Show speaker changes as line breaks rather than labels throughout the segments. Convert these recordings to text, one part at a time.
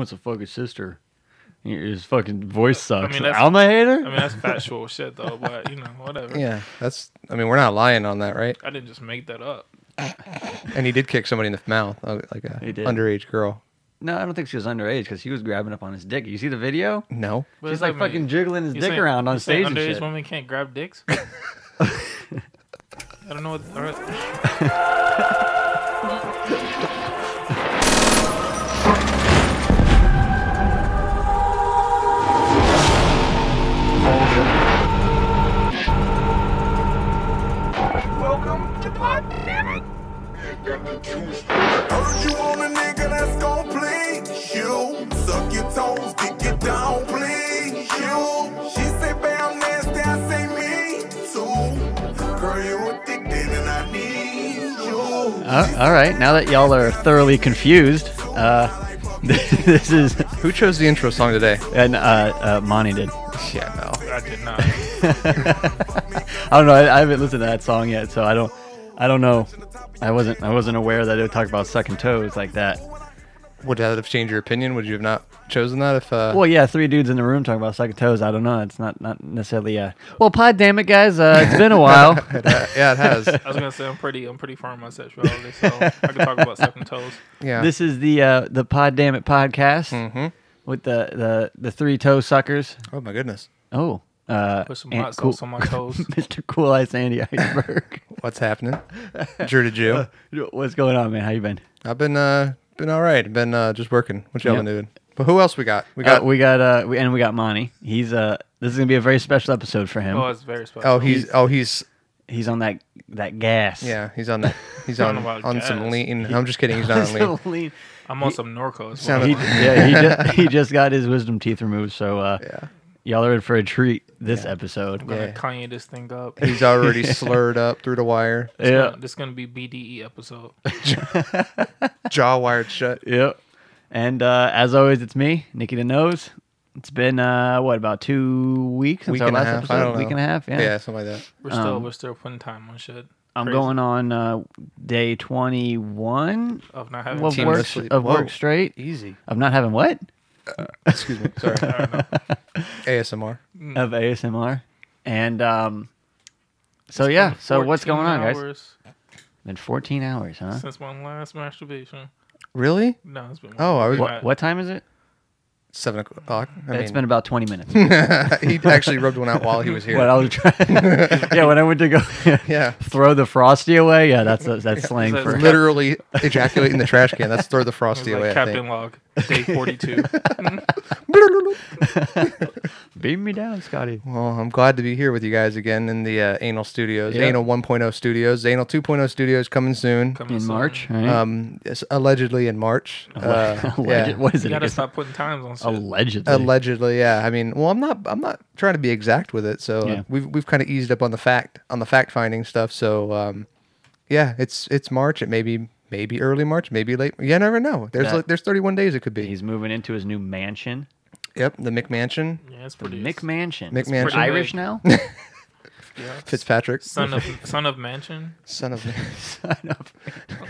wants a fucking sister. His fucking voice sucks. I
mean,
mean,
that's-
I'm a hater.
I mean, that's factual shit though, but you know, whatever.
Yeah, that's. I mean, we're not lying on that, right?
I didn't just make that up.
And he did kick somebody in the mouth, uh, like a
He did.
underage girl.
no, I don't think she was underage because she was grabbing up on his dick. You see the video?
No,
What does
She's
that
like
mean?
fucking jiggling his
You
dick
saying-
around on
you saying
stage and
underage
shit.
women can't grab dicks. I don't know what. All right.
Welcome to Pod Damn
Heard you want a nigga that's gon' please you. Suck your toes to get down, please you. She say, babe, I'm nasty, I say me too. Girl, you addicted and I need you.
Uh, all right, now that y'all are thoroughly confused, uh, this is
who chose the intro song today?
and uh, uh, Monty did.
Yeah, no.
I did not.
I don't know. I, I haven't listened to that song yet, so I don't. I don't know. I wasn't. I wasn't aware that it would talk about sucking toes like that.
Would that have changed your opinion? Would you have not chosen that if? Uh,
Well, yeah, three dudes in the room talking about sucking toes. I don't know. It's not not necessarily. Uh, well, pod damn it, guys. Uh, it's been a while.
uh, yeah, it has.
I was gonna say I'm pretty. I'm pretty firm on my sexuality, so I can talk about sucking toes.
Yeah,
This is the uh, the pod damn it podcast
Mhm.
with the, the the three toe suckers.
Oh my goodness,
Oh, uh,
Put some
and
hot
cool-
sauce on my toes.
Mr. Cool Eye Sandy Iceberg.
what's happening? Drew to Jew.
What's going on, man? How you been?
I've been uh been all right. Been uh just working. What y'all
Yep.
been doing? But who else we got? We
Uh,
got.
we got uh, we, and we got Monty. He's uh, this is gonna be a very special episode for him.
Oh, it's very special.
oh, he's oh he's
He's on that that gas.
yeah he's on that he's
Talking
on
about
on some
jazz.
lean. I'm just kidding. He's not on lean.
So lean.
I'm on some Norco. As well.
Sounded-
He, yeah, he just, he just got his wisdom teeth removed, so uh,
Yeah.
y'all are in for a treat this episode.
I'm gonna
yeah.
Kanye this thing up.
He's already slurred up through the wire,
Yeah,
This gonna be BDE episode.
jaw wired shut.
Yep. And uh, as always, it's me, Nikki the Nose. It's been uh, what about two weeks since
Week
our
and a
last
half.
episode?
I don't know.
week and a half. Yeah.
yeah, something like that.
We're still
Um,
we're still putting time on shit.
I'm
Crazy.
going on uh, day 21
of not having
of
team
Team
work
asleep.
of
Whoa.
work straight.
Easy.
Of not having what
Excuse me. Sorry. ASMR.
of ASMR, and um, so yeah. So what's going on, guys? Been 14 hours, huh?
Since my last masturbation.
Really?
No, it's been.
Oh, I was
What, what time is it?
seven o'clock. I
It's been
mean,
about 20 minutes.
he actually rubbed one out while he was here.
What I was trying. yeah, when I went to go
yeah.
throw the frosty away. Yeah, that's that's slang
Is that
for
Literally ejaculate in the trash can. That's throw the
It was
frosty
like
away.
Captain Log, day 42.
I think.
beam me down, Scotty.
Well, I'm glad to be here with you guys again in the uh, Anal Studios,
Yeah.
Anal 1.0 Studios, Anal 2.0 Studios coming soon.
Coming
In
soon.
March, right?
Um, it's allegedly in March. Uh,
Mm. Alleged-
yeah.
What is
You
it?
gotta
It's
stop putting times on shit.
Allegedly.
Allegedly, yeah. I mean, well, I'm not. I'm not trying to be exact with it. So uh,
Yeah.
we've we've kind of eased up on the fact on the fact finding stuff. So um, yeah, it's it's March. It may be maybe early March, maybe late. You never know. There's
That-
like, there's 31 days. It could be.
He's moving into his new mansion,
Yep, the McMansion,
yeah, it's
the
pretty.
Mick Mansion. It's
McMansion.
pretty Irish
big.
now?
yeah.
Fitzpatrick,
Son of son of mansion.
son of.
Son of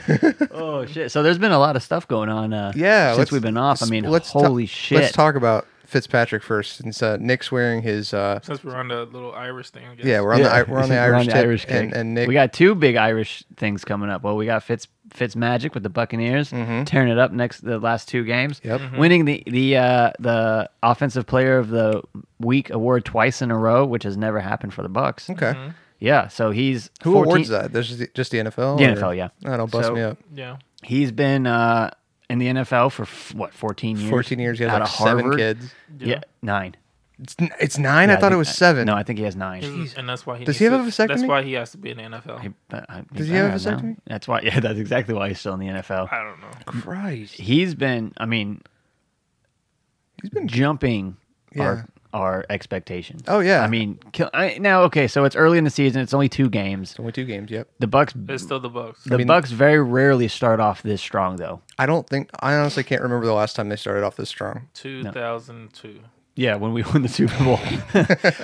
a- oh shit! So there's been a lot of stuff going on. Uh,
Yeah,
since
let's-
we've been off. I mean,
let's ta-
holy shit!
Let's talk about Fitzpatrick first, since uh, Nick's wearing his. Uh,
Since we're on the little Irish thing, I guess.
yeah, we're on the
Yeah.
the we're on the Irish tip,
kick.
and, and Nick.
We got two big Irish things coming up. Well, we got Fitz Fitz Magic with the Buccaneers tearing it up next the last two games.
Mm-hmm. Yep.
winning the the uh, the offensive player of the week award twice in a row, which has never happened for the Bucks.
okay.
Yeah, so he's
Who
14
awards that? There's just the- just the NFL.
The
or-
NFL, yeah.
I don't bust
So-
me up.
Yeah.
He's been uh, in the NFL for f- what fourteen years.
14 years. He had
Out
like
of
seven
Harvard.
kids.
Yeah, nine.
It's, n- it's nine.
Yeah,
I thought
think-
it was seven.
No, I think he has nine.
And that's why he
Does
needs
he have
to-
a vasectomy?
That's why he has to be in the NFL.
He- but I-
Does
he's
he have a
better now.
vasectomy?
That's why. Yeah, that's exactly why he's still in the NFL.
I don't know.
Christ.
He's been. I mean,
He's been.
jumping
Yeah.
our our expectations.
Oh, yeah.
I mean, kill, I, now okay, so it's early in the season. It's only two games.
Only two games. Yep.
The Bucks.
It's still the Bucks.
The
mean-
Bucks very rarely start off this strong though.
I don't think. I honestly can't remember the last time they started off this strong.
2002.
Yeah, when we won the Super Bowl.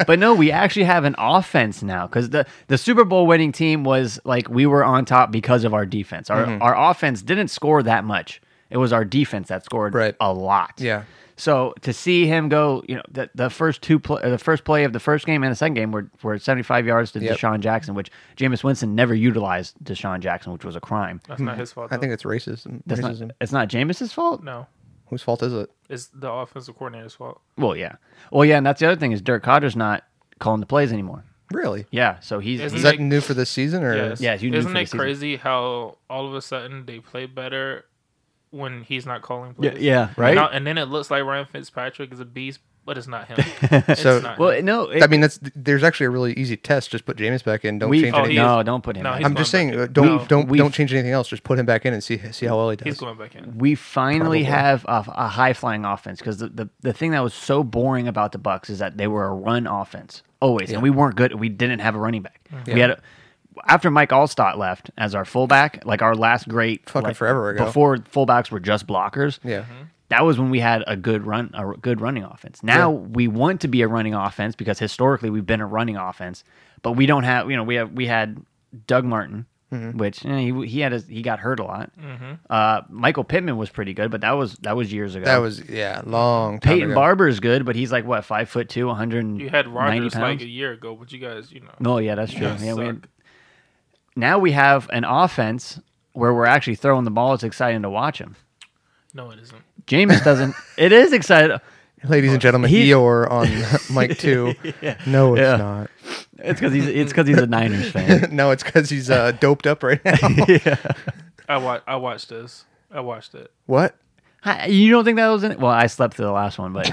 but no, we actually have an offense now because the, the Super Bowl winning
Mm-hmm.
team was like we were on top because of our defense. Our our offense didn't score that much. It was our defense that scored
Right.
a lot.
Yeah.
So to see him go, you know, the, the first two play, the first play of the first game and the second game were, were 75 yards to
Yep.
Deshaun Jackson, which Jameis Winston never utilized Deshaun Jackson, which was a crime.
That's not his fault.
Hmm. I think
though.
it's racism.
That's not,
racism.
it's not Jameis's fault.
no,
Whose fault is it?
it's the offensive coordinator's fault.
Well, yeah. Well, yeah, and that's the other thing is Dirk Cotter's not calling the plays anymore.
Really?
Yeah, so he's,
Isn't
he's
Is that
Nick-
new for this season or?
Yes.
Yeah, you knew for
Isn't
the
it
season.
crazy how all of a sudden they play better when he's not calling
yeah,
plays?
yeah, right.
And, now- and then it looks like Ryan Fitzpatrick is a beast, but it's not him. It's
So-
not
well,
him.
no, it,
I mean, that's there's actually a really easy test. Just put James back in. Don't
we,
change
Oh,
anything.
he-
no, don't put him.
no,
in.
he's
I'm just
going
saying,
back
uh,
in.
don't
No.
don't
We've-
don't change anything else. Just put him back in and see see how well he does.
he's going back in.
we finally
Probably.
have a, a high flying offense because the, the, the thing that was so boring about the Bucks is that they were a run offense always, and we weren't good. We didn't have a running back. We
Yeah.
had a, after Mike Allstott left as our fullback, like our last great
Fucking
like,
forever ago.
Before fullbacks were just blockers.
Yeah.
That was when we had a good run, a good running offense. Now we want to be a running offense because historically we've been a running offense, but we don't have. You know, we have we had Doug Martin,
Mm-hmm.
which eh, he he had his, he got hurt a lot.
Mm-hmm.
Uh, Michael Pittman was pretty good, but that was that was years ago.
That was yeah, long time
Peyton
ago.
Barber is good, but he's like what five foot two, one hundred and
You had
ninety
Rodgers like
pounds.
a year ago, but you guys, you know,
No, yeah, that's true.
guys
Yeah, we had-
suck.
now we have an offense where we're actually throwing the ball. It's exciting to watch him.
no, it isn't.
Jameis doesn't. it is exciting.
Ladies and gentlemen,
He-
Eeyore on mic two. No, it's
Yeah.
not.
It's because he's it's because he's a Niners fan.
no, it's because he's uh, doped up right now.
I watch. I watched this. I watched it.
what?
Hi- you don't think that was in it? Well, I slept through the last one, but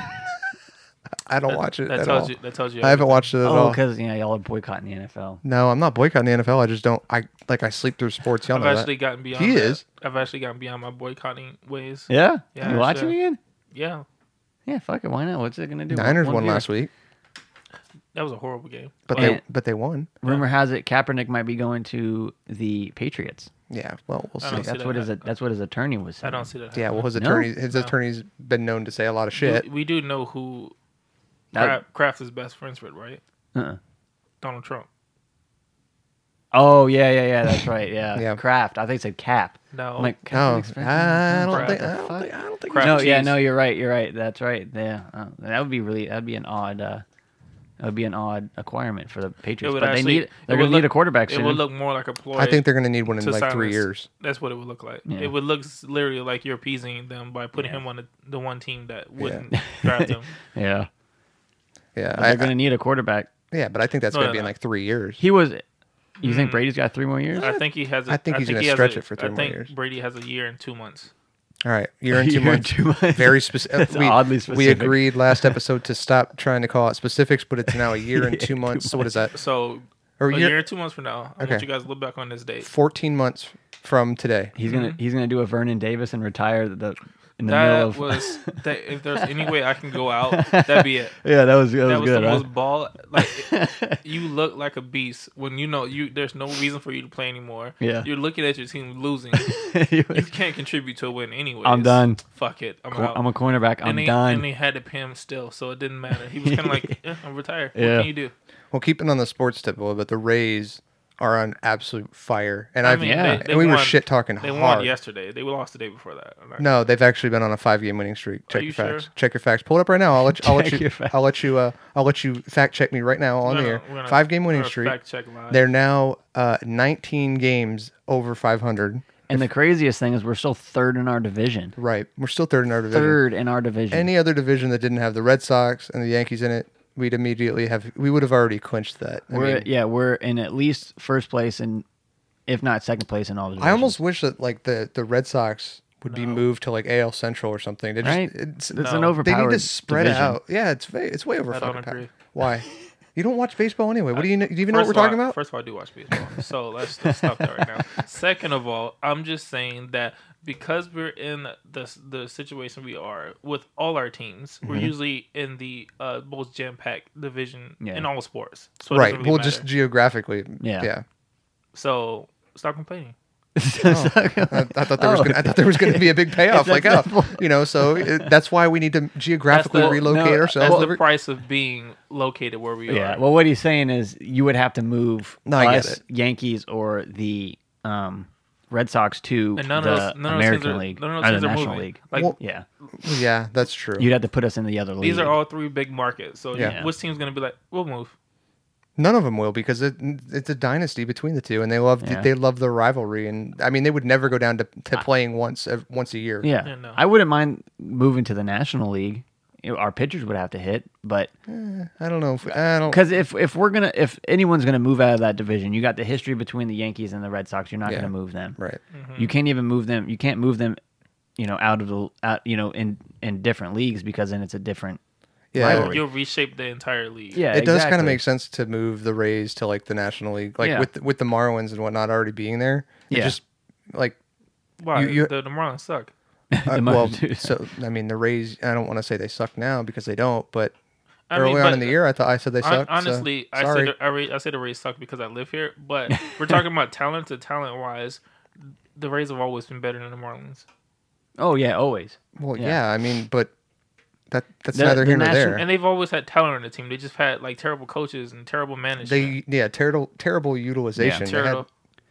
I don't watch it
That
at
tells
all.
you. That tells you.
I haven't watched it at
oh,
all.
because you know y'all are boycotting the NFL.
No, I'm not boycotting the NFL. I just don't. I like I sleep through sports. Y'all
I've
know
actually
that.
gotten beyond.
He
that.
is.
I've actually gotten beyond my boycotting ways.
Yeah,
Yeah,
you watching
sure.
again?
Yeah,
Yeah, fuck it. Why not? What's it gonna do?
Niners
One
won
viewer.
last week,
that was a horrible game.
but
Well,
they
yeah.
but they won.
Rumor has it Kaepernick might be going to the Patriots.
Yeah. Well, we'll
I
see.
don't see
That's
that
what his
happening.
that's what his attorney was
I
saying.
don't see that.
Yeah.
happening.
Well, his
No.
attorney his
No.
attorney's been known to say a lot of shit.
We, we do know who
That-
Kraft, Kraft is best friends with, right?
Uh-uh.
Donald Trump.
Oh yeah, yeah, yeah. That's right. Yeah.
Yeah.
Kraft. I think it said Cap.
No.
I'm like
Oh,
Kaepernick's friend?
I
Crap.
don't think. uh, I
Fuck.
don't think. I don't think.
Crap.
No, yeah,
cheese.
no, you're right. You're right. That's right. Yeah, uh, that would be really. That'd be an odd. Uh, that would be an odd acquirement for the Patriots. But they need. They're
it
gonna
would
need a
look-
quarterback
It
soon.
would look more like a ploy.
I think they're going to need one in
to
like three
silence-
years.
That's what it would look like.
Yeah.
It would look s- literally like you're appeasing them by putting him on the, the one team that wouldn't draft him.
yeah,
Yeah,
but
I,
they're gonna need a quarterback.
I- yeah, but I think that's
No,
going to
no,
be in
no.
like three years.
He was. You
Hmm.
think Brady's got three more years?
I think he has. A,
I think he's gonna
he has
stretch
a-
it for three
I
more
think
years.
Brady has a year and two months.
All right, you're in two
Year and
months.
two months.
Very specific.
That's oddly
We
specific.
agreed last episode to stop trying to call it specifics, but it's now a year and two months. So what is that?
So
Or
a
year-
year, and two months from now, I
Okay.
want you guys to look back on this date.
Fourteen months from today.
He's gonna. He's gonna do a Vernon Davis and retire the, the in the middle of.
That was that. If there's any way I can go out, that'd be it.
yeah, that was that,
That
was
was
good.
the
right?
most ball. Like you look like a beast when you know you. There's no reason for you to play anymore.
Yeah.
you're looking at your team losing.
He
you
was-
can't contribute to a win anyway.
I'm done.
Fuck it. I'm out.
I'm a cornerback. I'm
and he,
done.
And he had to pay him still, so it didn't matter. He was kind of like, eh, I'm retired.
Yeah.
What can you do?
Well, keeping on the sports tip, a little bit, the Rays are on absolute fire, and I've
mean,
Yeah.
they-
and we were
won-
shit talking
They
hard.
won yesterday. They lost the day before that. I'm like,
No, they've actually been on a five-game winning streak. Check
you
your facts.
sure?
Check your facts. Pull it up right now. I'll let you, I'll let
Check
you
your facts.
I'll let you uh, I'll let you fact check me right now on
we're
the
gonna-
air.
we're gonna-
Five-game
we're
winning
gonna
streak.
Fact check live.
They're now uh, 19 games over 500.
and the craziest thing is we're still third in our division.
Right. We're still third in our division.
Third in our division.
Any other division that didn't have the Red Sox and the Yankees in it, we'd immediately have we would have already clinched that. I,
we're
mean,
yeah, we're in at least first place and if not second place in all the
I
divisions.
almost wish that like the the Red Sox would be moved to like AL Central or something. They just,
Right.
It's,
It's
no.
an overpowered
They need to spread
division.
out. Yeah, it's va- it's way over.
I don't
fucking pow-
agree.
Why? You don't watch baseball anyway. What do you know? Do you even know
First
what we're
of all,
talking
I-
about?
First of all, I do watch baseball, so let's, let's stop that right now. Second of all, I'm just saying that because we're in the the situation we are with all our teams, we're
Mm-hmm.
usually in the uh, most jam packed division
Yeah.
in all sports. So it
right.
doesn't really
well,
matter.
just geographically.
Yeah.
Yeah.
so stop complaining.
I, I thought there was
Oh.
gonna, I thought there was going to be a big payoff, like
That's
oh, you know. So it, that's why we need to geographically
That's the-
relocate
no,
ourselves.
That's the
every-
price of being located where we
yeah.
are.
Well, what he's saying is you would have to move
No, I get
us
it.
Yankees or the um, Red Sox to
And none
the
of those- none of those
American
teams are-
League
none of
or
those
the
teams are
National
moving.
League.
Like-
Well,
yeah,
yeah, that's true.
you'd have to put us in the other league.
These are all three big markets. So
Yeah.
you- which team's gonna be like, we'll move.
None of them will because it, it's a dynasty between the two, and they love
Yeah.
they love the rivalry. And I mean, they would never go down to, to playing once ev- once a year.
Yeah,
Yeah, no.
I wouldn't mind moving to the National League. You know, Our pitchers would have to hit, but
I don't know. If, I don't.
because if if we're gonna if anyone's gonna move out of that division, you got the history between the Yankees and the Red Sox. You're not
Yeah.
gonna move them.
Right.
Mm-hmm.
You can't even move them. You can't move them. You know, out of the out. You know, in in different leagues because then it's a different.
Yeah.
Rivalry.
You'll reshape the entire league.
Yeah,
it does kind of
exactly.
make sense to move the Rays to like the National League, like
Yeah.
with with the Marlins and whatnot already being there. It
Yeah.
just like
Why?
You- you-
the, the Marlins suck.
uh,
Marlins
well,
do.
so I mean the Rays. I don't want to say they suck now because they don't, but
I
early
mean,
on
but-
in the year, I thought I said they
Hon-
sucked. so,
honestly, I
sorry.
say the, I, re- I say the Rays suck because I live here, but we're talking about talent to talent wise. The Rays have always been better than the Marlins.
Oh yeah, always.
well,
yeah.
yeah. I mean, but that that's
The-
neither
the
here nor
national-
there.
And they've always had talent on the team. They just had like terrible coaches and terrible management.
they yeah terrible terrible utilization. They had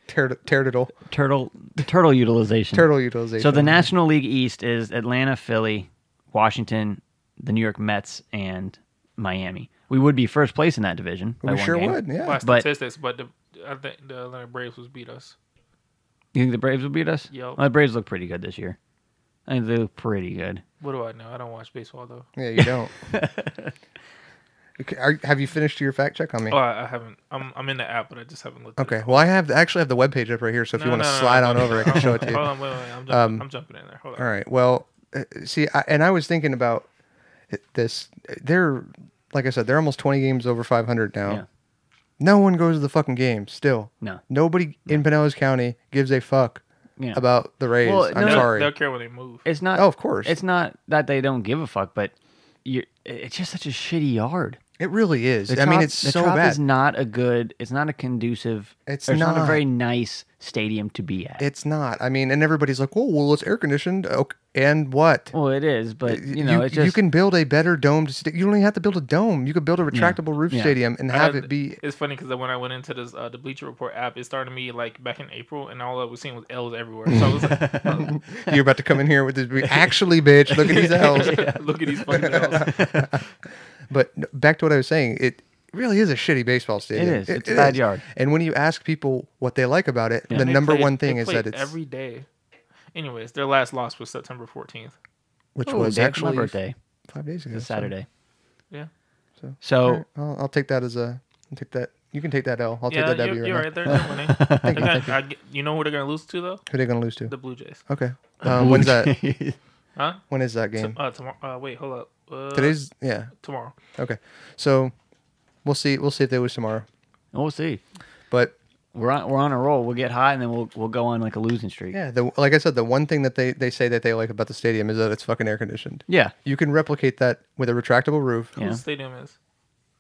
Terrible.
ter- terrible
Turtle turtle utilization.
turtle utilization.
So the National League East is Atlanta, Philly, Washington, the New York Mets, and Miami. We would be first place in that division. by
we
one
sure
game.
would. Yeah,
by
but-
statistics, but the, I think the Atlanta Braves was beat us.
You think the Braves will beat us?
Yup.
Well, the Braves look pretty good this year. I think they look pretty good.
What do I know? I don't watch baseball though.
yeah, you don't. Okay, Are, have you finished your fact check on me?
Oh, I, I haven't. I'm I'm in the app, but I just haven't looked. At
Okay.
it.
Well, I have actually have the webpage up right here, so if you want to slide on over, I can show it to you.
Hold on, wait, wait, wait. I'm jumping, I'm jumping in there. Hold on.
Um, All right. Well, uh, see, I, and I was thinking about this. They're like I said, they're almost twenty games over five hundred now.
Yeah.
No one goes to the fucking game. Still,
No.
Nobody in Pinellas County gives a fuck
Yeah.
about the Rays.
Well,
I'm
no-
They'll,
sorry.
They'll care when they move.
It's not.
Oh, of course.
It's not that they don't give a fuck, but you. It's just such a shitty yard.
It really is.
The
I mean,
Trop-
it's
the
so
Trop
bad.
Is not a good. It's not a conducive.
It's
or a
not.
very nice stadium to be at.
It's not. I mean, and everybody's like, "Well, well, it's air conditioned." Okay, and what?
well, it is, but you know, it's just
you can build a better domed. Sta- you don't even have to build a dome. You could build a retractable roof
Yeah.
stadium and
I
have
had-
it be.
It's funny because when I went into this uh, the Bleacher Report app, it started me like back in April, and all I was seeing was L's everywhere. So I was like,
You're about to come in here with this. be- Actually, bitch, look at these L's.
look at these fucking L's.
But n- back to what I was saying, it really is a shitty baseball stadium.
is. It's a bad yard.
And when you ask people what they like about it, the
They
number
played-
one thing
they
is
played
that it's
every day. Anyways, their last loss was September 14th.
which
Oh,
was
Dave's my
actually
birthday.
five days ago.
It's
so-
Saturday.
Yeah.
So,
So
All right, I'll, I'll take that as a. I'll take that. You can take that L. I'll
Yeah,
take that W.
you're,
right
you're
now.
right. They're not winning. They're
Thank you,
gonna-
thank you.
I g- you know who they're going to lose to, though?
Who are they gonna lose to?
The Blue Jays.
Okay. Um, when's that?
Huh?
When is that game?
Uh, tomorrow, uh, wait, hold up. Uh,
Today's yeah.
Tomorrow.
Okay. So we'll see. We'll see if they lose tomorrow.
we'll see.
But
We're on we're on a roll. We'll get hot, and then we'll we'll go on like a losing streak.
yeah, the, like I said, the one thing that they they say that they like about the stadium is that it's fucking air conditioned.
Yeah.
You can replicate that with a retractable roof.
Yeah.
Whose stadium is?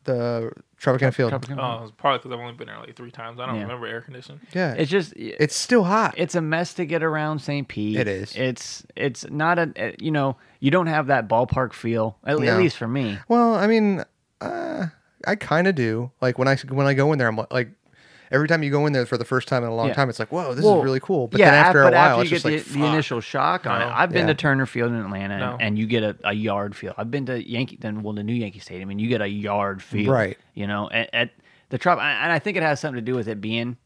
The Tropicana Field.
Oh, it's probably because I've only been there like three times. I don't
Mm-hmm. Yeah. Mm-hmm.
remember air conditioning.
Yeah.
It's
It's,
just it's
still hot.
it's a mess to get around St. Pete.
It is.
It's it's not a uh, you know you don't have that ballpark feel at, at
No.
least for me.
well, I mean, uh, I kind of do. Like when I when I go in there, I'm like. Every time you go in there for the first time in a long
Yeah.
time, it's like, whoa, this
Well,
is really cool. But
yeah,
then
af-
after
but
a while,
after
it's
you
just
get
like,
the, the initial shock on
No.
it. I've been
Yeah.
to Turner Field in Atlanta,
No.
and, and you get a, a yard feel. I've been to Yankee, then well, the new Yankee Stadium, and you get a yard feel,
Right.
You know, at, at the Trop, and I think it has something to do with it being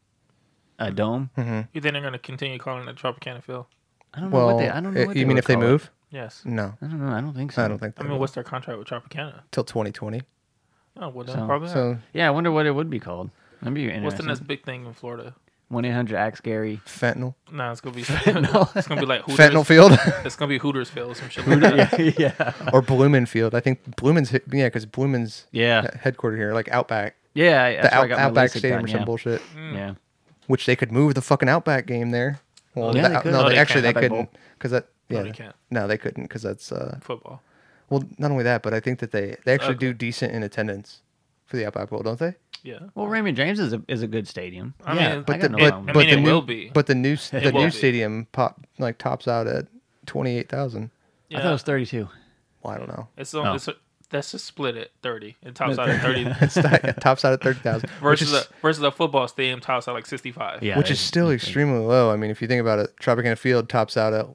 a dome.
Hmm.
You think they're going to continue calling it Tropicana Field?
I don't know
well,
what they. I don't know.
it-
what
you mean
would
if they
call it.
move?
Yes.
No,
I don't know. I don't think so.
I don't think.
I
They
mean,
will.
what's their contract with Tropicana?
till 2020.
Oh, well, then
So-
probably not.
So
Yeah, I wonder what it would be called. That'd be interesting.
What's the next big thing in Florida?
One eight hundred Axe Gary.
fentanyl,
Nah, it's gonna be it's gonna be like Hooters.
fentanyl field,
It's gonna be Hooters Field, some shit like that.
yeah.
or Blumenfield. I think Blumen's, hi- yeah, because Blumen's
Yeah.
he- headquartered here, like Outback,
Yeah. I- that's
the
where I
Out-
got my
Outback
LASIK
Stadium
done,
or some
yeah.
bullshit,
Yeah.
which they could move the fucking Outback game there. Well,
Yeah,
the-
they could.
no,
No,
they,
they
actually
can't.
they
Outback Bowl.
couldn't because that yeah,
No, they can't.
no, they couldn't because that's uh,
Football.
well, not only that, but I think that they they actually
Okay.
do decent in attendance for the Outback Bowl, don't they?
Yeah.
Well, Raymond James is a is a good stadium.
I mean,
I
but
got
the
no
but,
problem.
I
but
mean,
the
it
new
will be.
but the new s- the
will
new
be.
stadium pop like tops out at twenty eight thousand.
I
Yeah.
thought it was thirty two.
Well, I don't know.
it's, on,
Oh.
it's That's just split at thirty. It tops out at thirty
It's not, tops out at thirty thousand, which
versus
is
a versus a football stadium tops out like sixty five.
Yeah,
which is still extremely low. I mean, if you think about it, Tropicana Field tops out at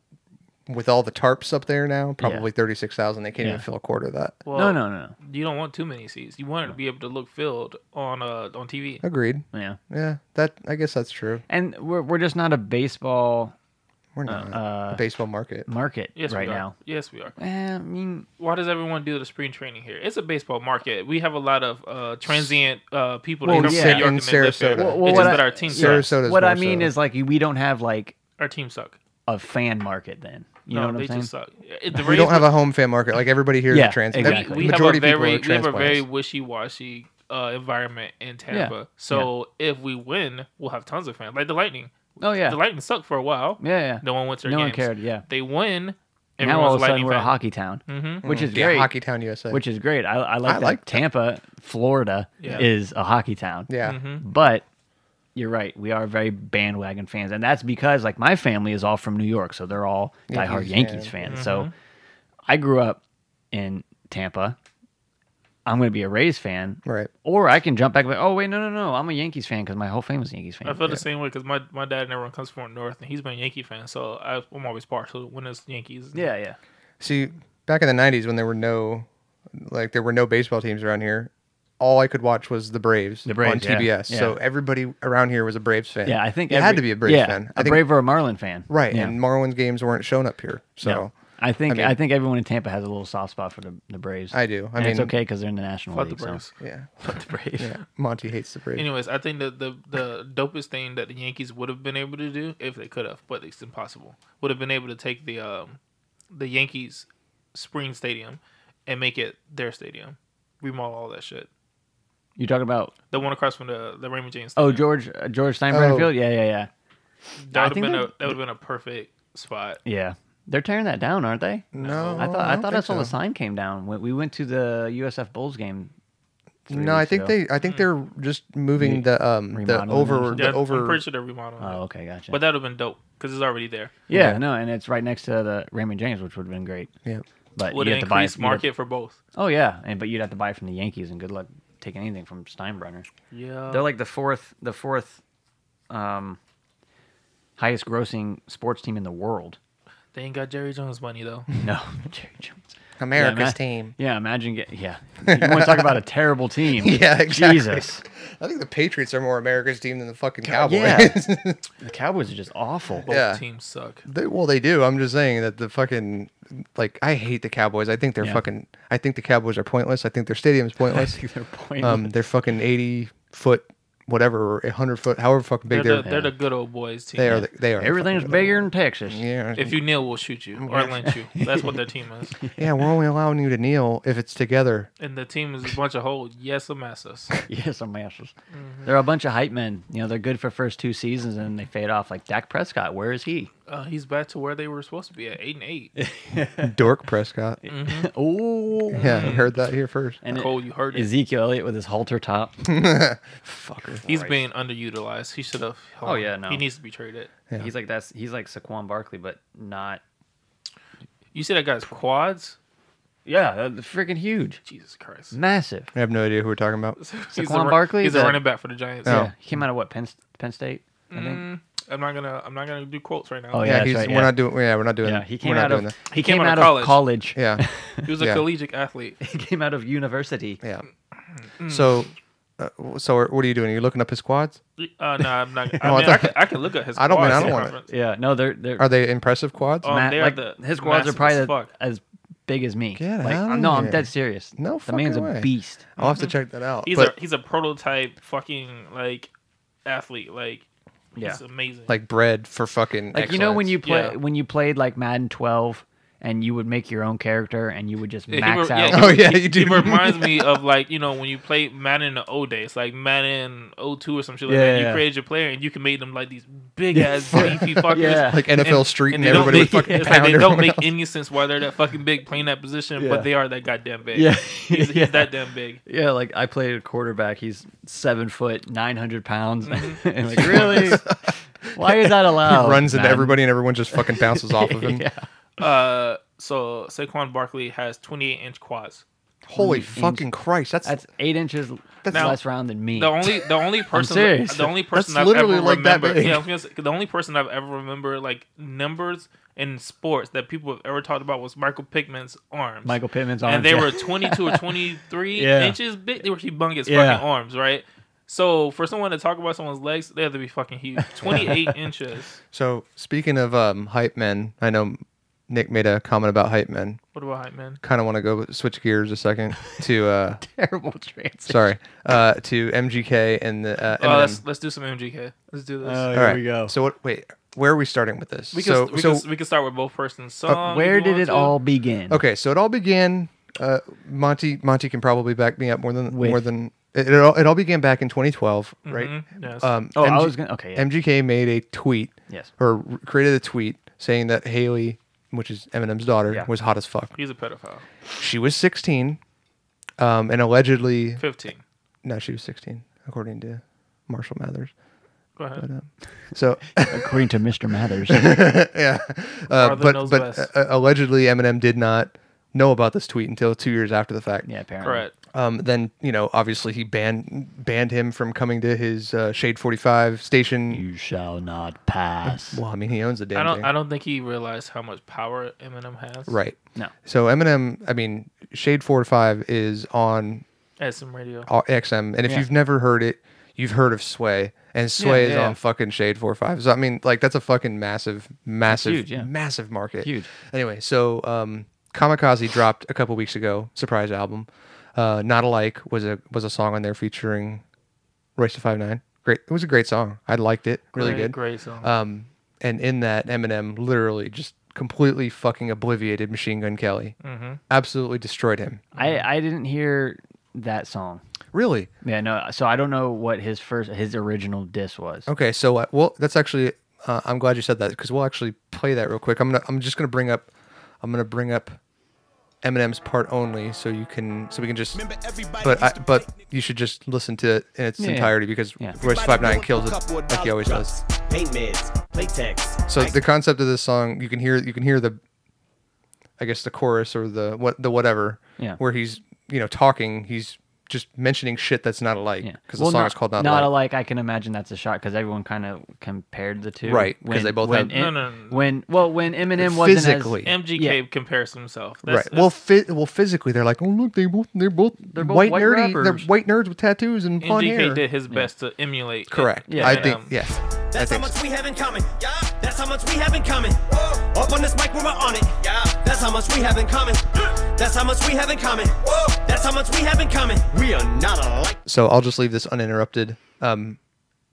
with all the tarps up there now, probably thirty six thousand. They can't
Yeah.
even fill a quarter of that.
Well,
no, no, no,
You don't want too many seats. You want to be able to look filled on uh on TV.
Agreed.
no. Yeah,
Yeah, that I guess that's true.
and we're we're just not a baseball
We're not
uh,
a baseball market.
market
Yes,
right
we are.
now.
Yes, we are.
Eh, I mean,
Why does everyone do the spring training here? It's a baseball market. We have a lot of uh transient uh people
Well,
that come
yeah.
from New York
In
and Sarasota.
Sarasota. Well,
well,
it's
what
just that
I-
our team
yeah.
sucks.
Sarasota. Minnesota's
what I
more
mean
so.
is like we don't have like
Our team suck.
a fan market then. You
no,
know
they
what I'm
just
saying?
suck. It- the
We don't
Rays-
have a home fan market. Like everybody here is
Yeah,
a trans.
exactly.
the
we have
majority
a
of people
very
are
we have a very
transplants.
wishy washy uh, environment in Tampa. So if we win, we'll have tons of fans. Like the Lightning.
Oh yeah,
The Lightning sucked for a while.
yeah, yeah.
No one went to their
No one
games.
cared, yeah.
They win.
now all of a sudden
Lightning
we're a
fan. Mm-hmm.
hockey
Mm.
town, which is
Yeah,
great.
Hockey Town USA.
Which is great. I, I like
I
that
like that.
Tampa, Florida
Yeah.
is a hockey town.
yeah,
Mm-hmm.
But you're right. We are very bandwagon fans, and that's because like my family is all from New York, so they're all diehard Yankees
Yankees,
fans.
Mm-hmm.
So I grew up in Tampa. I'm going to be a Rays fan,
right.
or I can jump back. Like, oh wait, no, no, no. I'm a Yankees fan because my whole family's a Yankees fan.
I feel the same way because my, my dad and everyone comes from the north and he's been a Yankee fan, so I, I'm always partial when it's Yankees.
yeah, yeah.
See, back in the '90s when there were no, like there were no baseball teams around here, all I could watch was the Braves,
The Braves,
on
yeah,
TBS. So
yeah.
everybody around here was a Braves fan.
Yeah, I think
you had
every-
to be a Braves
yeah,
fan. I
a
think
Brave or a Marlin fan,
right,
Yeah.
and Marlins games weren't shown up here, so
No. I think I,
mean-
think everyone in Tampa has a little soft spot for the, the Braves.
I do. I
and it's
mean-
okay because they're in the National
Fuck the
League.
Braves.
yeah,
So. the Braves.
yeah. Monty hates the Braves.
Anyways, I think that the the dopest thing that the Yankees would have been able to do if they could have, but it's impossible, would have been able to take the um the Yankees Spring Stadium and make it their stadium, remodel all that shit.
You talking about
The one across from the the Raymond James.
oh
Stadium.
George uh, George Steinbrenner
Oh.
Field? Yeah, yeah, yeah, I
that would have
think
been
that-
a that would have been a perfect spot.
yeah. They're tearing that down, aren't they?
no,
I thought I,
don't
thought I
think
saw the
so.
sign came down. We, we went to the USF Bulls game. three
No, I
weeks
think
ago.
they. I think they're just moving
Re-
the um the
remodeling or
over
something?
Hmm.
the
Yeah, I'm
over.
pretty sure they're remodeling.
Oh,
it.
okay, gotcha.
But that would have been dope because it's already there.
yeah, no, and it's right next to the Raymond James, which would have been great.
Yeah.
But
Would
you
it
have to buy it
increase
from- you'd have-
market for both?
Oh yeah, and but you'd have to buy it from the Yankees, and good luck taking anything from Steinbrenner.
Yeah.
They're like the fourth, the fourth, um, highest grossing sports team in the world.
They ain't got Jerry Jones money though.
No, Jerry Jones.
America's
ima-
team.
Yeah, imagine get yeah. You want to talk about a terrible team?
Yeah, exactly.
Jesus,
I think the Patriots are more America's team than the fucking Cowboys.
yeah. the Cowboys are just awful.
Both
Yeah.
teams suck.
They, well, they do. I'm just saying that the fucking like I hate the Cowboys. I think they're
Yeah.
fucking. I think the Cowboys are pointless. I think their stadium's
I
pointless.
think they're pointless.
um, they're fucking 80 foot, whatever, or 100 foot, however fucking
They're
big
the,
they're.
they're the good old boys team.
they are. The, they are. the
Everything's
fucking-
bigger in Texas.
Yeah.
If you kneel, we'll shoot you or lynch you. That's what their team is.
yeah, we're only allowing you to kneel if it's together.
And the team is a bunch of whole yes or masses.
Yes, I'm masters. They're a bunch of hype men. You know, they're good for first two seasons and they fade off. Like Dak Prescott, where is he?
Uh, he's back to where they were supposed to be at eight and eight.
Dork Prescott.
oh,
Yeah, you heard that here first.
and it-
Cole, you heard it.
Ezekiel Elliott with his halter top.
He's being underutilized. He should have.
Oh, yeah, no.
He needs to be traded.
He's like that's he's like Saquon Barkley, but not.
You see that guy's quads?
Yeah, they're freaking huge,
Jesus Christ.
massive.
I have no idea who we're talking about.
He's a
Saquon
run-
Barkley?
He's
The-
a running back for the Giants.
Oh.
Yeah, he came out of what Penn Penn State, I think.
I'm not gonna. I'm not gonna do quotes right now.
Oh,
Yeah,
that's
he's,
right,
we're
yeah.
not doing. Yeah, we're not doing.
Yeah, he
we're
came
not
out of
doing that.
he came, out, of college.
Yeah,
He was a
Yeah.
collegiate athlete.
he came out of university.
yeah. So, uh, so are- what are you doing? Are you looking up his squads?
Uh, no, I'm not. I,
No, Oh, I
mean, I,
thought-
could, I could look at his.
I don't- man, I
quads
don't
at
wanna-
conference.
Yeah, no, they're they're
Are they impressive quads?
Oh,
ma-
they're
like,
the
his quads are
massive
probably
as
the-
fuck.
as big as me.
Get
like,
outta
no, I'm
here.
dead serious.
No
the man's
fucking way.
a beast.
I'll have to
mm-hmm.
check that out.
He's
but
a he's a prototype fucking like athlete. Like,
Yeah.
he's amazing.
like bred for fucking.
Like you know when
excellence.
you play
Yeah.
when you played like Madden 12 and you would make your own character and you would just
Yeah, he
max
re-
out.
yeah,
Oh
he-
yeah,
he-
you do.
It reminds me of like you know when you play Madden in the old days, like Madden 02 or some shit like
Yeah,
that. You
yeah.
created your player and you can make them like these big ass beefy fuckers.
Yeah.
like NFL Street and,
they don't
everybody would
make,
fucking
it's like
pound
they don't
everyone
make
else.
any sense why they're that fucking big playing that position,
Yeah.
but they are that goddamn big.
Yeah.
He's, he's
Yeah.
that damn big.
Yeah, like I played a quarterback. He's seven foot, nine hundred pounds.
Mm-hmm.
and like really, why is that allowed?
runs into
Madden?
everybody and everyone just fucking bounces off of him.
Yeah.
Uh, so Saquon Barkley has 28 inch quads.
Holy
inch.
fucking Christ! That's
That's eight inches
Now-
less round than me.
The only the only person
serious.
the only person
That's
I've ever
literally like that
remembered
big.
yeah, I was gonna say, the only person I've ever remembered like numbers in sports that people have ever talked about was Michael Pittman's arms.
Michael Pittman's arms.
and they
yeah.
were 22 or 23
Yeah.
inches big. They were humongous
Yeah.
fucking arms, right? So for someone to talk about someone's legs, they have to be fucking huge. 28 inches.
so. Speaking of um, hype men, I know Nick made a comment about hype men.
What about hype man?
Kind of want to go switch gears a second to uh,
terrible transition.
sorry uh, to MGK and the uh,
Oh, let's
Eminem.
let's do some MGK. Let's do this.
Oh,
All
here
right.
we go.
So what? Wait, where are we starting with this?
we can
so
we,
so
can, we can start with both person's song. if
Uh, Where
you
did
want
it
to.
all begin?
Okay, so it all began. Uh, Monty Monty can probably back me up more than
With-
more than it, it all. It all began back in 2012, right?
Mhm, Yes.
Um,
Oh, I
MG
was gonna. Okay. Yeah.
MGK made a tweet,
Yes.
or r- created a tweet saying that Haley, which is Eminem's daughter,
Yeah.
was hot as fuck.
He's a pedophile.
She was 16, um, and allegedly
15.
no, she was 16 according to Marshall Mathers.
Go ahead.
So
According to Mr. Mathers.
Uh,
Arthur
but
knows
but
best.
uh, allegedly Eminem did not know about this tweet until two years after the fact.
yeah, apparently.
Correct.
Um, then you know, obviously he banned banned him from coming to his uh, Shade Forty Five station.
You shall not pass.
Well, I mean, he owns the damn
I don't.
thing,
I don't think he realized how much power Eminem has.
right?
No.
So Eminem, I mean, Shade Forty Five is on
At some radio.
uh, XM, and if
Yeah.
you've never heard it, you've heard of Sway, and Sway is
yeah.
on fucking Shade Four Five. So I mean, like that's a fucking massive, massive,
huge, yeah.
massive market.
Huge.
Anyway, so um, Kamikaze dropped a couple weeks ago, surprise album. Uh, Not Alike was a was a song on there featuring Royce Five Nine. Great, it was a great song. I liked it, really
Great-
good.
Great song.
Um, and in that, Eminem literally just completely fucking obliviated Machine Gun Kelly. Mm-hmm. Absolutely destroyed him.
I, I didn't hear that song.
Really?
Yeah, no. So I don't know what his first, his original diss was.
Okay, so uh, well, that's actually uh, I'm glad you said that because we'll actually play that real quick. I'm gonna I'm just gonna bring up I'm gonna bring up Eminem's part only, so you can so we can just. But I, but you should just listen to it in its
Yeah.
entirety because
Yeah.
Royce Five Nine kills it like he always does.
Paint meds, latex.
So the concept of this song, you can hear you can hear the, I guess the chorus or the what the whatever,
Yeah.
where he's you know talking, he's just mentioning shit that's not alike
Yeah.
because the song is called Not, Alike.
alike. I can imagine that's a shot because everyone kind of compared the two.
Right, 'cause they both
when
have-
Em-
No, no, no, no.
When, well, when Eminem wasn't as-
Physically.
MGK compares himself. That's,
Right. Well, fi- well, physically, they're like, oh look, they both they're both,
both
white,
white
nerdy,
rappers."
they're white nerds with tattoos and blonde
MGK
hair.
did his best to emulate.
Correct.
Yeah.
Yeah.
And,
I think
um,
yes. I
That's how
think
much
so.
we have in common. Yeah. That's how much we have in common. Up on this mic when we're on it. Yeah. That's how much we have in common. That's how much we have in common. That's how much we have in common. We are not alike.
So I'll just leave this uninterrupted, um,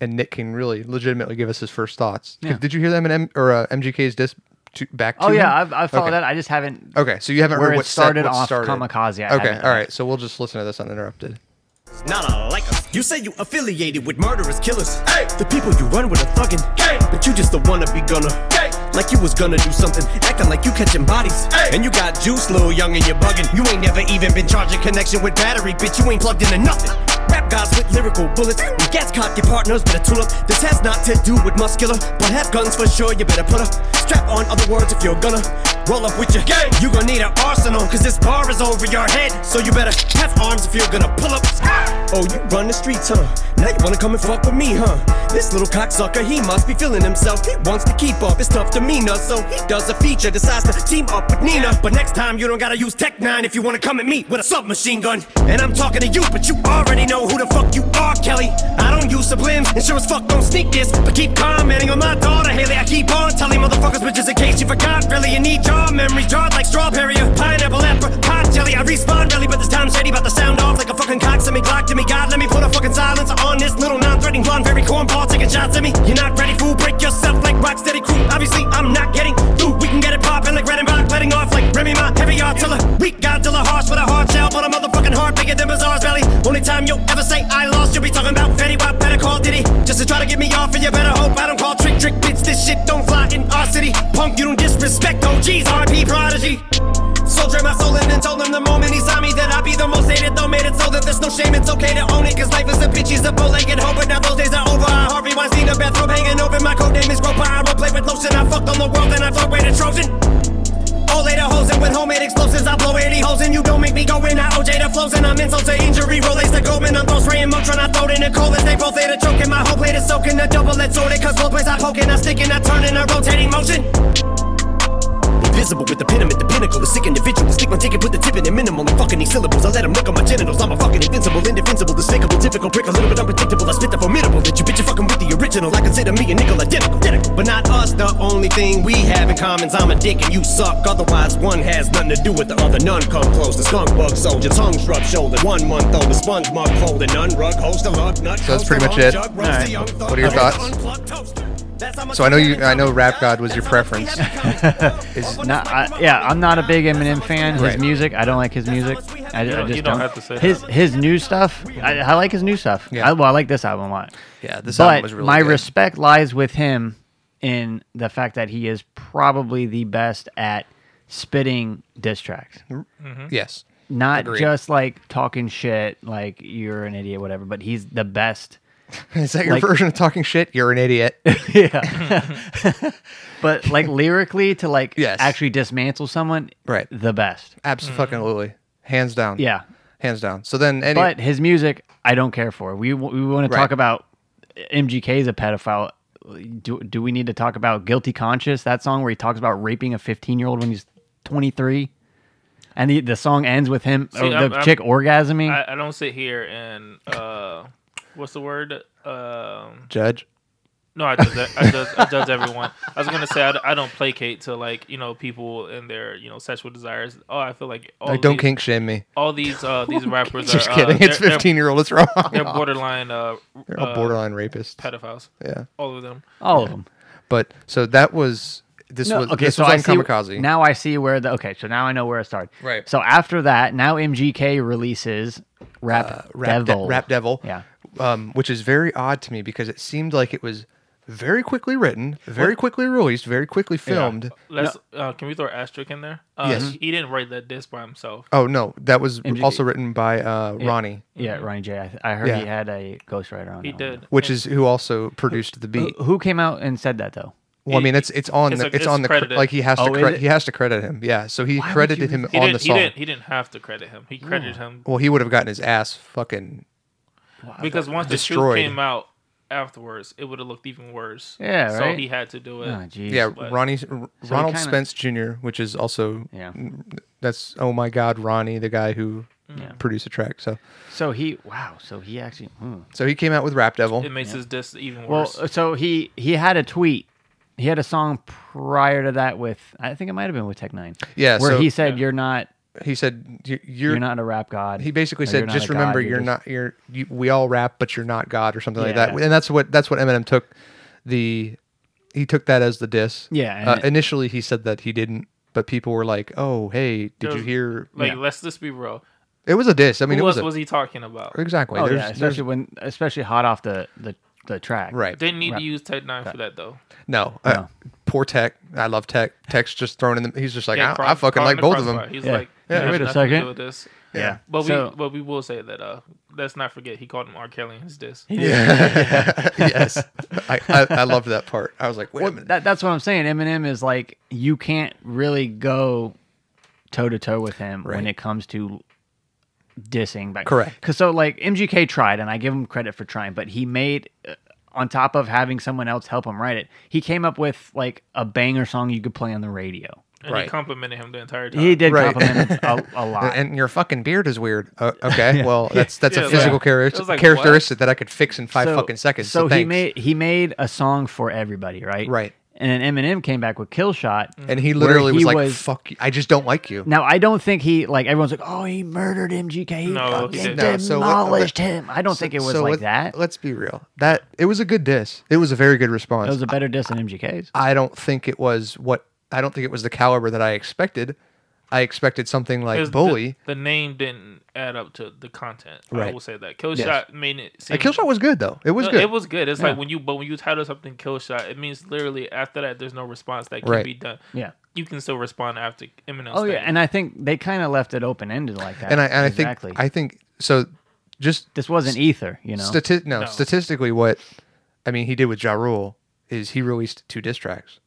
and Nick can really legitimately give us his first thoughts.
Yeah.
Did you hear them in M- or uh, MGK's disc to, back? To
Oh, yeah.
him?
I've, I've followed
Okay.
that. I just haven't.
Okay, so you haven't
Where
heard
it
what set-
started
what
off
started.
Kamikaze, I
okay,
haven't.
all right. So we'll just listen to this uninterrupted.
Not alike us. You say you affiliated with murderous killers. Hey. The people you run with are thuggin'. Hey. But you just the wanna be gonna. Hey. Like you was gonna do something, acting like you catching bodies. Hey. And you got juice, little young, and you're buggin'. You ain't never even been charging connection with battery, bitch. You ain't plugged into nothing. Rap guys with lyrical bullets. You gas cop your partners with a tulip. This has not to do with muscular, but have guns for sure. You better put a strap on. Other words, if you're gonna roll up with your gang, you gonna need an arsenal, cause this bar is over your head. So you better have arms if you're gonna pull up. Oh, you run the streets, huh? Now you wanna come and fuck with me, huh? This little cocksucker, he must be feeling himself. He wants to keep up his tough demeanor, so he does a feature, decides to team up with Nina. But next time, you don't gotta use Tech 9 if you wanna come at me with a submachine gun. And I'm talking to you, but you already know who the fuck you are, Kelly. I don't use sublims, and sure as fuck don't sneak this. But keep commenting on my daughter, Haley. I keep on telling motherfuckers, but just in case you forgot, really, you need your memory jarred like strawberry or pineapple apricot jelly. I respond really, but this time shady, about to sound off like a fucking cock. Send me Glock to me, God, let me put a fucking silencer on this little non-threatening blonde fairy cornball taking shots at me. You're not ready, fool. Break yourself like Rocksteady Crew. Obviously, I'm not getting through. We can get it poppin' like Red and Rock, letting off like Remy Ma, heavy artiller. Weak Godzilla, harsh with a hard shell, but a motherfucking heart bigger than Bazaar's belly. Only time you'll ever say I lost, you'll be talking about Fetty Wap. Better call Diddy, just to try to get me off, and you better hope I don't call trick trick bitch. This shit don't fly in our city. Punk, you don't disrespect OGs, RP prodigy. So drain my soul and then told him the moment he saw me that I'd be the most hated. Though made it so that there's no shame, it's okay to own it. Cause life is a bitch, he's a bow-legged hoe. But now those days are over. I Harvey Weinstein, a bathrobe hanging open. My code name is Groper. I will play with lotion. I fucked on the world and I fucked with a Trojan. All later hoes and with homemade explosives, I blow 80 holes and you don't make me go in. I OJ the flows and I'm insult to injury. Relays to Goldman, I'm throw spraying Motron. I throw it in the cold as they both hit a choke. And my whole plate is soaking. A double edged sword. It cuts both ways. I poke and I stick and I turn in a rotating motion. Invisible with the pediment, the pinnacle, the sick individual. Stick my ticket, put the tip in the minimal. And fucking these syllables, I let them look on my genitals. I'm a fucking invincible, indefensible, despicable, difficult prick, a little bit unpredictable. I spit the formidable that you bitch, you fucking with the original. I consider me and nickel identical, identical. But not us, the only thing we have in common is I'm a dick and you suck. Otherwise, one has nothing to do with the other. None come close. The skunk bug soldier, tongue shrub shoulder, one month old, the sponge mug folded, none rug, host a lug, nut.
So that's pretty much it. What are your thoughts? So I know you- I know Rap God was your preference.
Is
Not, I, yeah, I'm not a big Eminem fan. His
Right.
music, I don't like his music. I,
You
I
don't-
just
you don't have to say
his
that.
his new stuff. I, I like his new stuff.
Yeah.
I, well, I like this album a lot.
Yeah, this
but
album was really
my
good.
respect lies with him in the fact that he is probably the best at spitting diss tracks.
Yes.
Not
Mm, Agreed.
just like talking shit, like you're an idiot, whatever. But he's the best.
Is that your
Like-
version of talking shit? You're an idiot.
But like lyrically to like
Yes.
actually dismantle someone,
Right.
The best.
Absolutely. Hands down.
Mm-hmm. Yeah.
Hands down. So then any
But his music, I don't care for. We we want to
Right.
talk about uh, MGK is a pedophile. Do do we need to talk about guilty conscience? That song where he talks about raping a fifteen year old when he's twenty three, and the the song ends with him
See,
the
I'm- I'm-
chick orgasming.
I, I don't sit here and uh, what's the word? Um,
judge.
no, I judge, I, judge, I judge everyone. I was gonna say I, d- I don't placate to like you know people and their you know sexual desires. Oh, I feel like all
Like don't
these,
kink shame me.
all these uh, these rappers
Just
are
kidding.
Uh, they're,
it's
they're-
15 year old. It's wrong.
They're, borderline uh,
They're all
uh,
borderline rapists.
pedophiles.
Yeah.
All of them.
All of them.
But so that was this
No,
was
okay,
this
so
was
I
on
see,
Kamikaze.
Now I see where the okay. So now I know where it started.
Right.
So after that, now MGK releases Rap
Uh, Rap De-
Devil.
Rap Devil.
Yeah.
Um, which is very odd to me because it seemed like it was very quickly written, very quickly released, very quickly filmed.
Let's uh, can we throw asterisk in there? Uh,
Yes.
He didn't write that disc by himself.
Oh no, that was
MGK.
also written by uh, Ronnie,
Yeah, Ronnie J. I, I heard
Yeah.
he had a ghostwriter on.
He
that one.
did.
which
And
is who also produced the
Who,
beat.
who came out and said that though?
Well, I mean, it's it's on
it's
the
like-
it's
it's
on the cre-
credited.
like he has to
Oh, is
credit
it?
he has to credit him. Yeah, so he
would
credited
you
him
do
he
on the
didn't, he
song.
didn't. He didn't have to credit him. He credited him
Well, he would have gotten his ass fucking
because once
Destroyed.
the truth came out afterwards, it would have looked even worse.
Yeah,
So
right?
he had to do it.
Oh, jeez.
yeah.
but-
Ronnie Ronald
kinda-
Spence Jr., which is also
Yeah.
that's oh my god, Ronnie, the guy who
Mm.
produced the track. So
So he wow. So he actually. hmm.
so he came out with Rap Devil.
It makes his disc even
Well, uh,
worse.
so he he had a tweet. He had a song prior to that with I think it might have been with Tech Nine.
Yeah,
Where
so-
he said you're not
He said "You- you're,
you're not a rap god.
He basically
or "You're
said
not
just
a god,
remember you're,
just-"
not you're you, we all rap but you're not God or something like that.
Yeah.
And that's what that's what Eminem took the he took that as the diss.
Yeah, and
Uh,
it-
initially he said that he didn't, but people were like, "Oh, hey, did you
There's-
hear
like,
yeah.
let's just be real.
It was a diss. I mean,
Who
it was,
else
a,
was he talking about?
exactly.
Oh
there's,
yeah,
there's-
especially when especially hot off the the, the track.
right.
Didn't need
Right.
to use Tech Nine for that though.
no. Uh,
No.
Poor Tech. I love Tech. Tech's just thrown in the he's just like,
Yeah,
"I- I,
Cro-
fucking
Cronin
like
and
both of them."
Crossfire. He's
Yeah.
like,
Yeah,
"There's
wait a
nothing to do
second."
with this.
Yeah.
But we,
So-
but we will say that. Uh, let's not forget he called him R. Kelly in his disc.
yes. I, I I loved that part. I was like, "Wait a minute."
That, that's what I'm saying. Eminem is like you can't really go toe to toe with him when
Right.
it comes to dissing. Back.
Correct.
Because so like MGK tried, and I give him credit for trying, but he made uh, on top of having someone else help him write it, he came up with like a banger song you could play on the radio.
And
Right.
he complimented him the entire time.
He did
Uh, Right.
compliment him a, a lot.
and your fucking beard is weird. Uh, okay, well that's that's
Yeah,
a
like-
physical chari-
it was like,
characteristic that I could fix in five fucking seconds. So,
So, he
thanks.
made he made a song for everybody, right?
Right. Mm.
And then Eminem came back with Kill Shot,
and he
where
literally was
he
like,
was-
"Fuck, you. I just don't like you."
Now I don't think he like everyone's like, oh, he murdered MGK. He
No,
fucking
he didn't.
No, so what-
demolished him. I don't think it was
So
like
let-
that.
Let's be real. That it was a good diss. It was a very good
It
response.
was a better diss than MGK's.
I don't think it was what I don't think it was the caliber that I expected. I expected something like
Because the-
bully.
The, name didn't add up to the content. I
Right.
will say that. Kill shot made it. Seem,
Like, Killshot was good though. It was
No,
good.
It was good. It's like when you but when you title something kill shot, it means literally after that there's no response that can
Right.
be done.
Yeah.
You can still respond after Eminem's
Oh yeah,
thing.
and I think they kind of left it open ended like that.
and I and
exactly.
I think I think so. Just
this wasn't ether, you know.
Stati- no,
No.
statistically, what I mean, he
Mm-hmm.
did with Ja Rule is he released two diss tracks.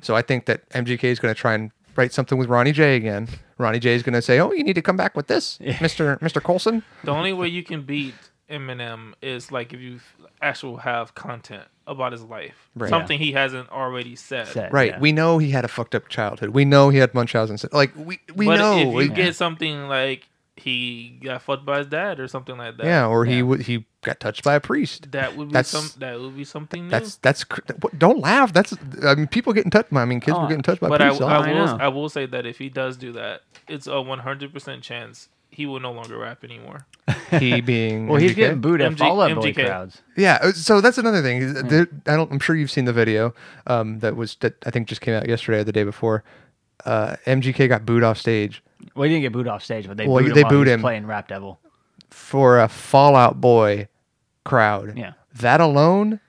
So I think that MGK is going to try and write something with Ronnie J again, Ronnie J is going to say, "Oh, you need to come back with this, Mister Mister Colson."
The only way you can beat Eminem is like if you actually have content about his life,
Right.
something he hasn't already said.
Said,
Right.
yeah.
We know he had a fucked up childhood. We know he had Munchausen. sy- Like we we
but
know.
if you
we-
get something like he got fucked by his dad or something like that,
yeah, or he
Yeah.
would he got touched by a priest.
that would be
That's-
some that would be something new.
That's that's cr- what- don't laugh. That's I mean people getting touched. by I mean kids
Oh,
were getting touched by
but I,
priests. all the
I
I
will
know.
I will say that if he does do that, it's a 100% chance he will no longer rap anymore.
time. he being
Well, he's
MGK.
getting booed at
MG
Fall Out Boy
MGK.
crowds.
Yeah, uh, so that's another thing. is that there- I don't. I'm sure you've seen the video um, that was that I think just came out yesterday or the day before. Uh, MGK got booed off stage
Well, he didn't get booed off stage, but they
Well,
booed
they
him while he
booed
was
him.
playing Rap Devil.
for a Fallout Boy crowd.
Yeah.
that alone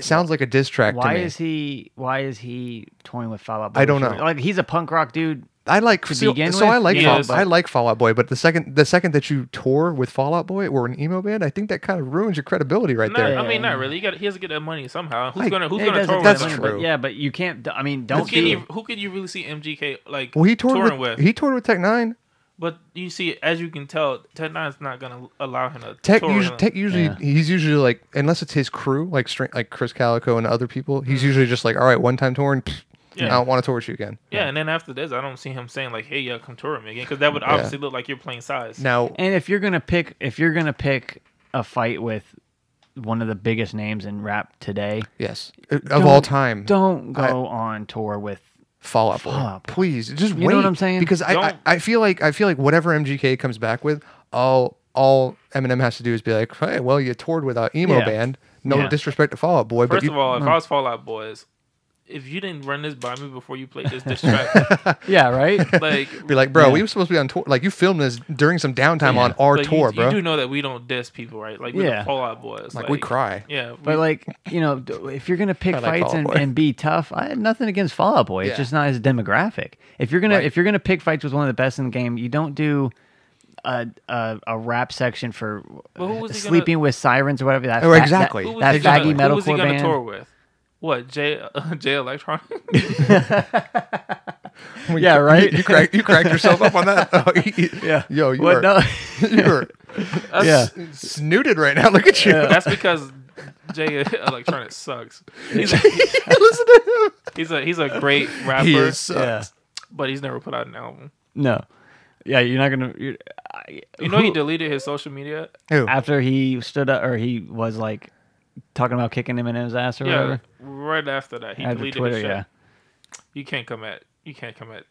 sounds like a diss track
Why
to me.
is he? Why is he toying with Fall Out Boy?
I don't
shirts?
know.
Like he's a punk rock dude.
I like
to
so,
begin
so
with?
I like
Yeah,
Fall,
but-
I like Fallout Boy, but the second the second that you tour with Fallout Boy or an emo band, I think that kind of ruins your credibility right
No,
there.
I mean not really. You got he has to get that money somehow. Who's
I-
gonna who's
Yeah, he
gonna
does it
tour with
for
that's
him?
money,
true.
but yeah, but you can't. I mean,
Who
don't
can
be.
you who can you really see MGK like
Well, he toured
touring
with,
with?
he toured with Tech Nine.
But you see, as you can tell, Ted Nine's not gonna allow him to
Tech
tour with
usually,
him.
Tech usually
Yeah.
he's usually like unless it's his crew like string, like Chris Calico and other people, he's usually just like all right, one time touring, pfft, I
Mm-hmm. Yeah.
don't want to tour with you again.
Yeah, and then after this, I don't see him saying like, "Hey, yeah, come tour with me again," because that would obviously look like you're playing size.
Now,
And if you're gonna pick, if you're gonna pick a fight with one of the biggest names in rap today
yes, of all
don't-
time,
don't go on tour with.
Fall Out
Fall
Boy.
Out Boy.
Please, just
know
wait.
what I'm saying?
Because I, I
Don't.
I feel like I feel like whatever MGK comes back with, all all Eminem has to do is be like, hey, well, you toured with an emo
Yeah.
band. No
Yeah.
disrespect to Fall Out Boy, but
First
you,
of all, if I was Fallout Boys, if you didn't run this by me before you played this diss track,
Yeah, right.
like,
be like, bro,
Yeah.
we were supposed to be on tour. Like you filmed this during some downtime on our
like, you-
tour,
you,
bro.
do know that we don't diss people, right? Like, we're
Yeah.
the Fallout Boys.
like we cry.
Yeah,
But
we-
like you know, d- if you're gonna pick
I like
fights
Fall Out
and,
Boy.
and be tough, I have nothing against Fall Out Boy.
Yeah.
It's just not his demographic. If you're gonna
Right.
if you're gonna pick fights with one of the best in the game, you don't do a a, a rap section for
But who was he gonna-
sleeping with sirens or whatever. That,
Oh,
fat-
exactly.
who was
That,
he
that
gonna-
faggy
who was he
metalcore
gonna
band.
tour with? What J uh, J Electron?
Yeah, right.
You, you cracked you cracked yourself up on that. Oh, you-
Yeah.
Yo, you
What?
are
No.
you are
yeah.
snooted right now. Look at you.
That's because J Electronic sucks. He's a,
Listen to
he's a he's a great
him.
rapper,
He is
Yeah.
sucks.
but he's never put out an album.
No. Yeah, you're not gonna. You're, I,
You know, he
who-
deleted his social media.
Who?
after he stood up or he was like talking about kicking him in his ass or
Yeah,
whatever.
right after that, he
After
deleted
Twitter,
his shit.
yeah.
You can't come at you can't come at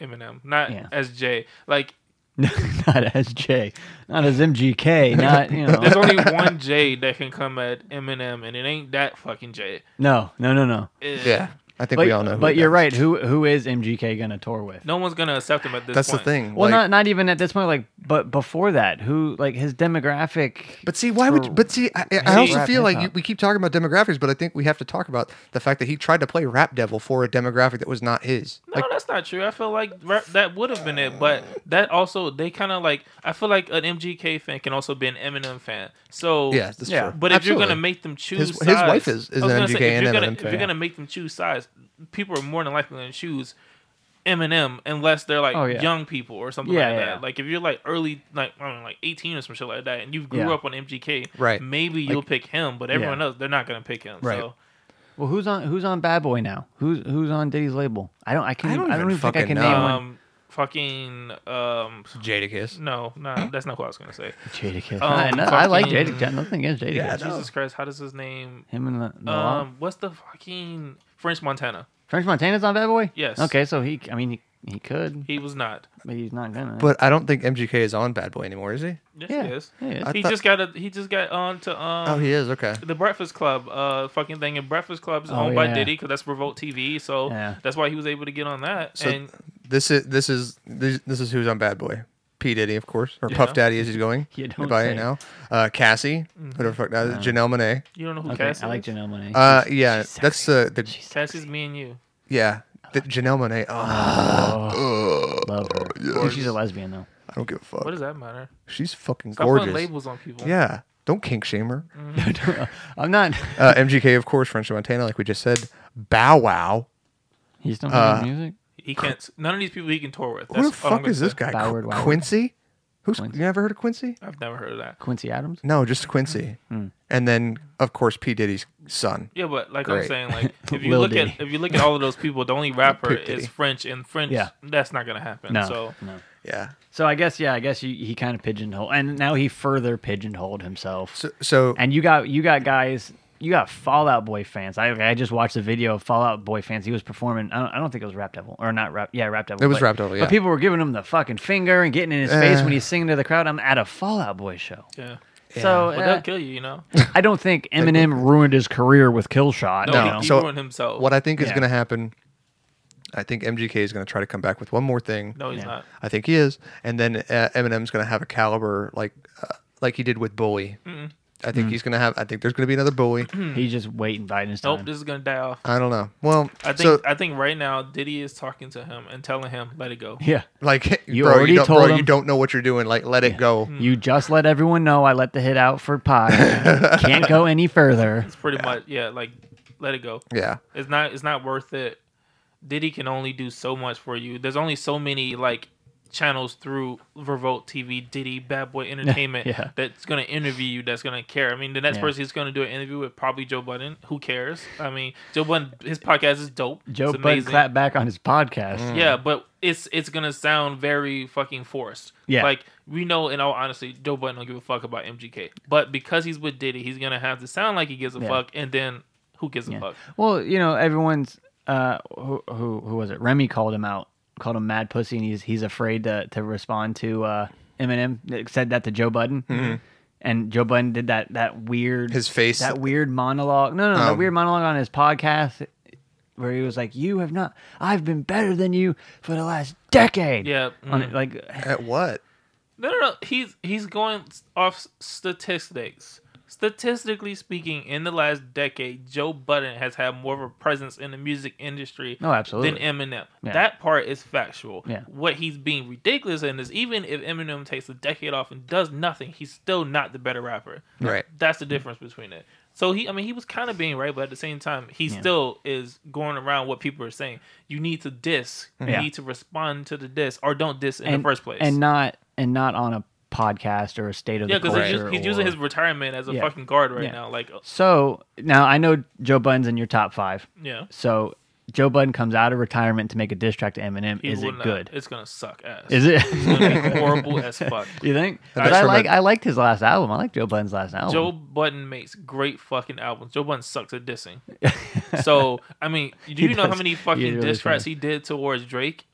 Eminem, not
Yeah.
as Jay. Like,
not as Jay, not as MGK, not you know.
there's only one Jay that can come at Eminem, and it ain't that fucking Jay.
No, no, no, no.
Eh,
Yeah. I think
but
we all know. who
but
that
you're
is.
right. Who who is MGK gonna tour with?
no one's gonna accept him at this.
That's
point.
the thing.
Well,
like-
not not even at this point. Like, but before that, who like his demographic?
But see, why would?
for-
You, but see, I, I- I
Hey.
also
Rap
feel like you,
hip-hop.
we keep talking about demographics, but I think we have to talk about the fact that he tried to play Rap Devil for a demographic that was not his.
No, that's not true. I feel like rap, that would have been it, but that also they kind of like. I feel like an MGK fan can also be an Eminem fan. So
Yeah, that's
Yeah.
true.
But if
Absolutely.
you're gonna make them choose,
His- his
sides,
wife is- is
I was
an
gonna say,
MGK
if
and
you're gonna,
Eminem
If you're
fan.
gonna make them choose sides, people are more than likely gonna choose Eminem unless they're like
Oh, yeah.
young people or something
Yeah,
like
yeah,
that.
yeah.
Like if you're like early, like I don't know, like 18 or some shit like that, and you grew
Yeah.
up on MGK,
Right.
Maybe you'll pick him, but everyone
Yeah.
else they're not gonna pick him.
Right.
So
well, who's on who's on Bad Boy now? Who's who's on Diddy's label? I don't. I can.
I
I
don't
don't,
even
even think I
fucking
can
know.
name one.
um, fucking um,
Jadakiss.
no, no, that's not what I was gonna say.
Jadakiss.
um,
I, know- I like
fucking-
Jadakiss. Nothing against Jadakiss.
Yeah, no.
Jesus Christ, how does his name?
Him and the, the law.
Um, what's the fucking French Montana?
French Montana's on Bad Boy.
Yes.
Okay, so he. I mean, he, he could,
He was not.
but he's not gonna.
But I don't think MGK is on Bad Boy anymore, is he?
Yes,
Yeah,
he is.
he is.
I
He
thought-
just got a, he just got on to um
Oh, he is. Okay.
the Breakfast Club uh fucking thing, and Breakfast Club is
Oh,
owned by
yeah.
Diddy because that's Revolt TV, so
Yeah.
that's why he was able to get on that.
So
and
this is this is this, this is who's on Bad Boy. P Diddy, of course, or Puff
Yeah.
Daddy as he's going
You don't
by
say.
now. Uh, Cassie,
Mm-hmm.
whatever the fuck that is, Janelle Monae.
you don't know who
okay,
Cassie
I like
is?
Janelle Monae.
Uh, yeah,
she's
that's uh, the
Cassie's me and you.
yeah, the Janelle Monae. Oh,
Love
uh,
her. I think she's a lesbian though.
I don't give a fuck.
What does that matter?
She's fucking
Stop putting
gorgeous.
labels on Mm. people.
Yeah, don't kink shame her.
I'm not.
Uh, MGK, of course, French Montana, like we just said. Bow Wow. Uh,
He's still making music.
He He can't. None of these people he can tour with.
Who the
all I'm
fuck
gonna
is this
say.
guy? Qu-
Byward, Wyward.
Quincy? Who's
Quincy.
you ever heard of Quincy?
I've never heard of that.
Quincy Adams.
No, just Quincy. And then of course P Diddy's son.
Yeah, but like I'm
Great.
saying, like if you
Lil
look at
Diddy.
if you look at all of those people, the only rapper
Pick Diddy.
is French, and French
Yeah.
that's not gonna happen.
No,
So
no.
Yeah.
So I guess yeah, I guess you, he kind of pigeonholed, and now he further pigeonholed himself.
So, so
and you got you got guys, you got Fallout Boy fans. I I just watched a video of Fallout Boy fans. He was performing. I don't, I don't think it was Rap Devil or not Rap. Yeah, Rap Devil.
It was
but-
Rap Devil, yeah.
But people were giving him the fucking finger and getting in his face
Eh.
when he's singing to the crowd. I'm at a Fallout Boy show.
yeah, uh,
So
but
eh,
that'll kill you, you know.
I don't think Eminem ruined his career with Kill Shot.
No,
you
he-
know?
he
So,
ruined himself.
what I think is
Yeah.
going to happen, I think MGK is going to try to come back with one more thing.
no, he's
Yeah.
not.
I think he is, and then uh, Eminem's going to have a caliber like uh, like he did with Bully. I
Mm.
think he's going to have. I think there's going to be another Bully.
He's just waiting, biding his
Nope,
time.
this is gonna die off.
I don't know. Well,
I think
so
I think right now Diddy is talking to him and telling him let it go.
yeah.
like
You
bro,
already
you don't,
told
bro,
him.
you don't know what you're doing. Like let it go.
Mm.
You just let everyone know I let the hit out for pot. Can't go any further.
It's pretty much yeah, like let it go.
Yeah.
It's not it's not worth it. Diddy can only do so much for you. There's only so many like channels through Revolt TV, Diddy, Bad Boy Entertainment
Yeah.
that's gonna interview you, that's gonna care. I mean, the next
Yeah.
person he's gonna do an interview with probably Joe Budden. Who cares? I mean, Joe Budden, his podcast is dope.
Joe
it's
Budden
amazing.
clapped back on his podcast.
Mm.
Yeah, but it's it's gonna sound very fucking forced.
Yeah.
Like we know in all honesty, Joe Budden don't give a fuck about MGK. But because he's with Diddy, he's gonna have to sound like he gives a
Yeah.
fuck and then who gives a
Yeah.
fuck?
Well, you know, everyone's uh, who, who who was it? Remy called him out, called him mad pussy, and he's he's afraid to to respond to uh, Eminem. Said that to Joe Budden, and Joe Budden did that that weird
Mm-hmm. His face-
that weird monologue. No, no, that
Um,
weird monologue on his podcast where he was like, "You have not. I've been better than you for the last decade."
Yeah.
On
mhm.
it, like
At what?
No, no, no. He's he's going off statistics. Statistically speaking, in the last decade, Joe Budden has had more of a presence in the music industry
Oh, absolutely.
than Eminem.
Yeah.
That part is factual.
Yeah.
What he's being ridiculous in is even if Eminem takes a decade off and does nothing, he's still not the better rapper.
Right.
That's the difference between it. So he, I mean, he was kind of being right, but at the same time, he still is going around what people are saying. You need to diss. You
Mm-hmm. Yeah.
need to respond to the diss, or don't diss in
and,
the first place.
and not and not on a podcast or a state of
Yeah,
the
because
culture.
he's, he's using
or-
his retirement as a
Yeah.
fucking guard right
Yeah.
now. Like, uh,
So now I know Joe Budden's in your top five.
yeah,
So Joe Budden comes out of retirement to make a diss track to Eminem.
he
Is
will
it
not-
good?
It's gonna suck ass.
Is it?
It's gonna be horrible as fuck.
you think?
That's
But I
from
like
a-
I liked his last album. I like Joe Budden's last album.
Joe Budden makes great fucking albums. Joe Budden sucks at dissing. so I mean, do you know how
does.
many
He
fucking
really
diss tracks
does.
he did towards Drake?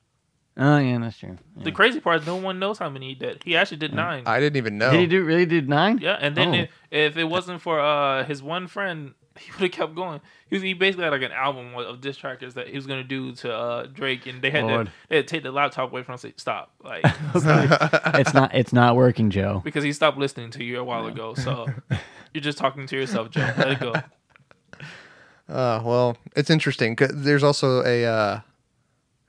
oh yeah, that's true. Yeah.
The crazy part is no one knows how many he did. He actually did nine.
I didn't even know.
Did he do really did nine?
Oh. yeah, and then
Oh.
if, if it wasn't for uh his one friend, he would have kept going. He, was, he basically had like an album of diss trackers that he was gonna do to uh Drake, and they had
Lord.
to they had to take the laptop away from him and say stop, like.
it's not it's not working, Joe.
because he stopped listening to you a while ago. So you're just talking to yourself, Joe. Let it go.
Uh, well, it's interesting. 'cause There's also a, uh,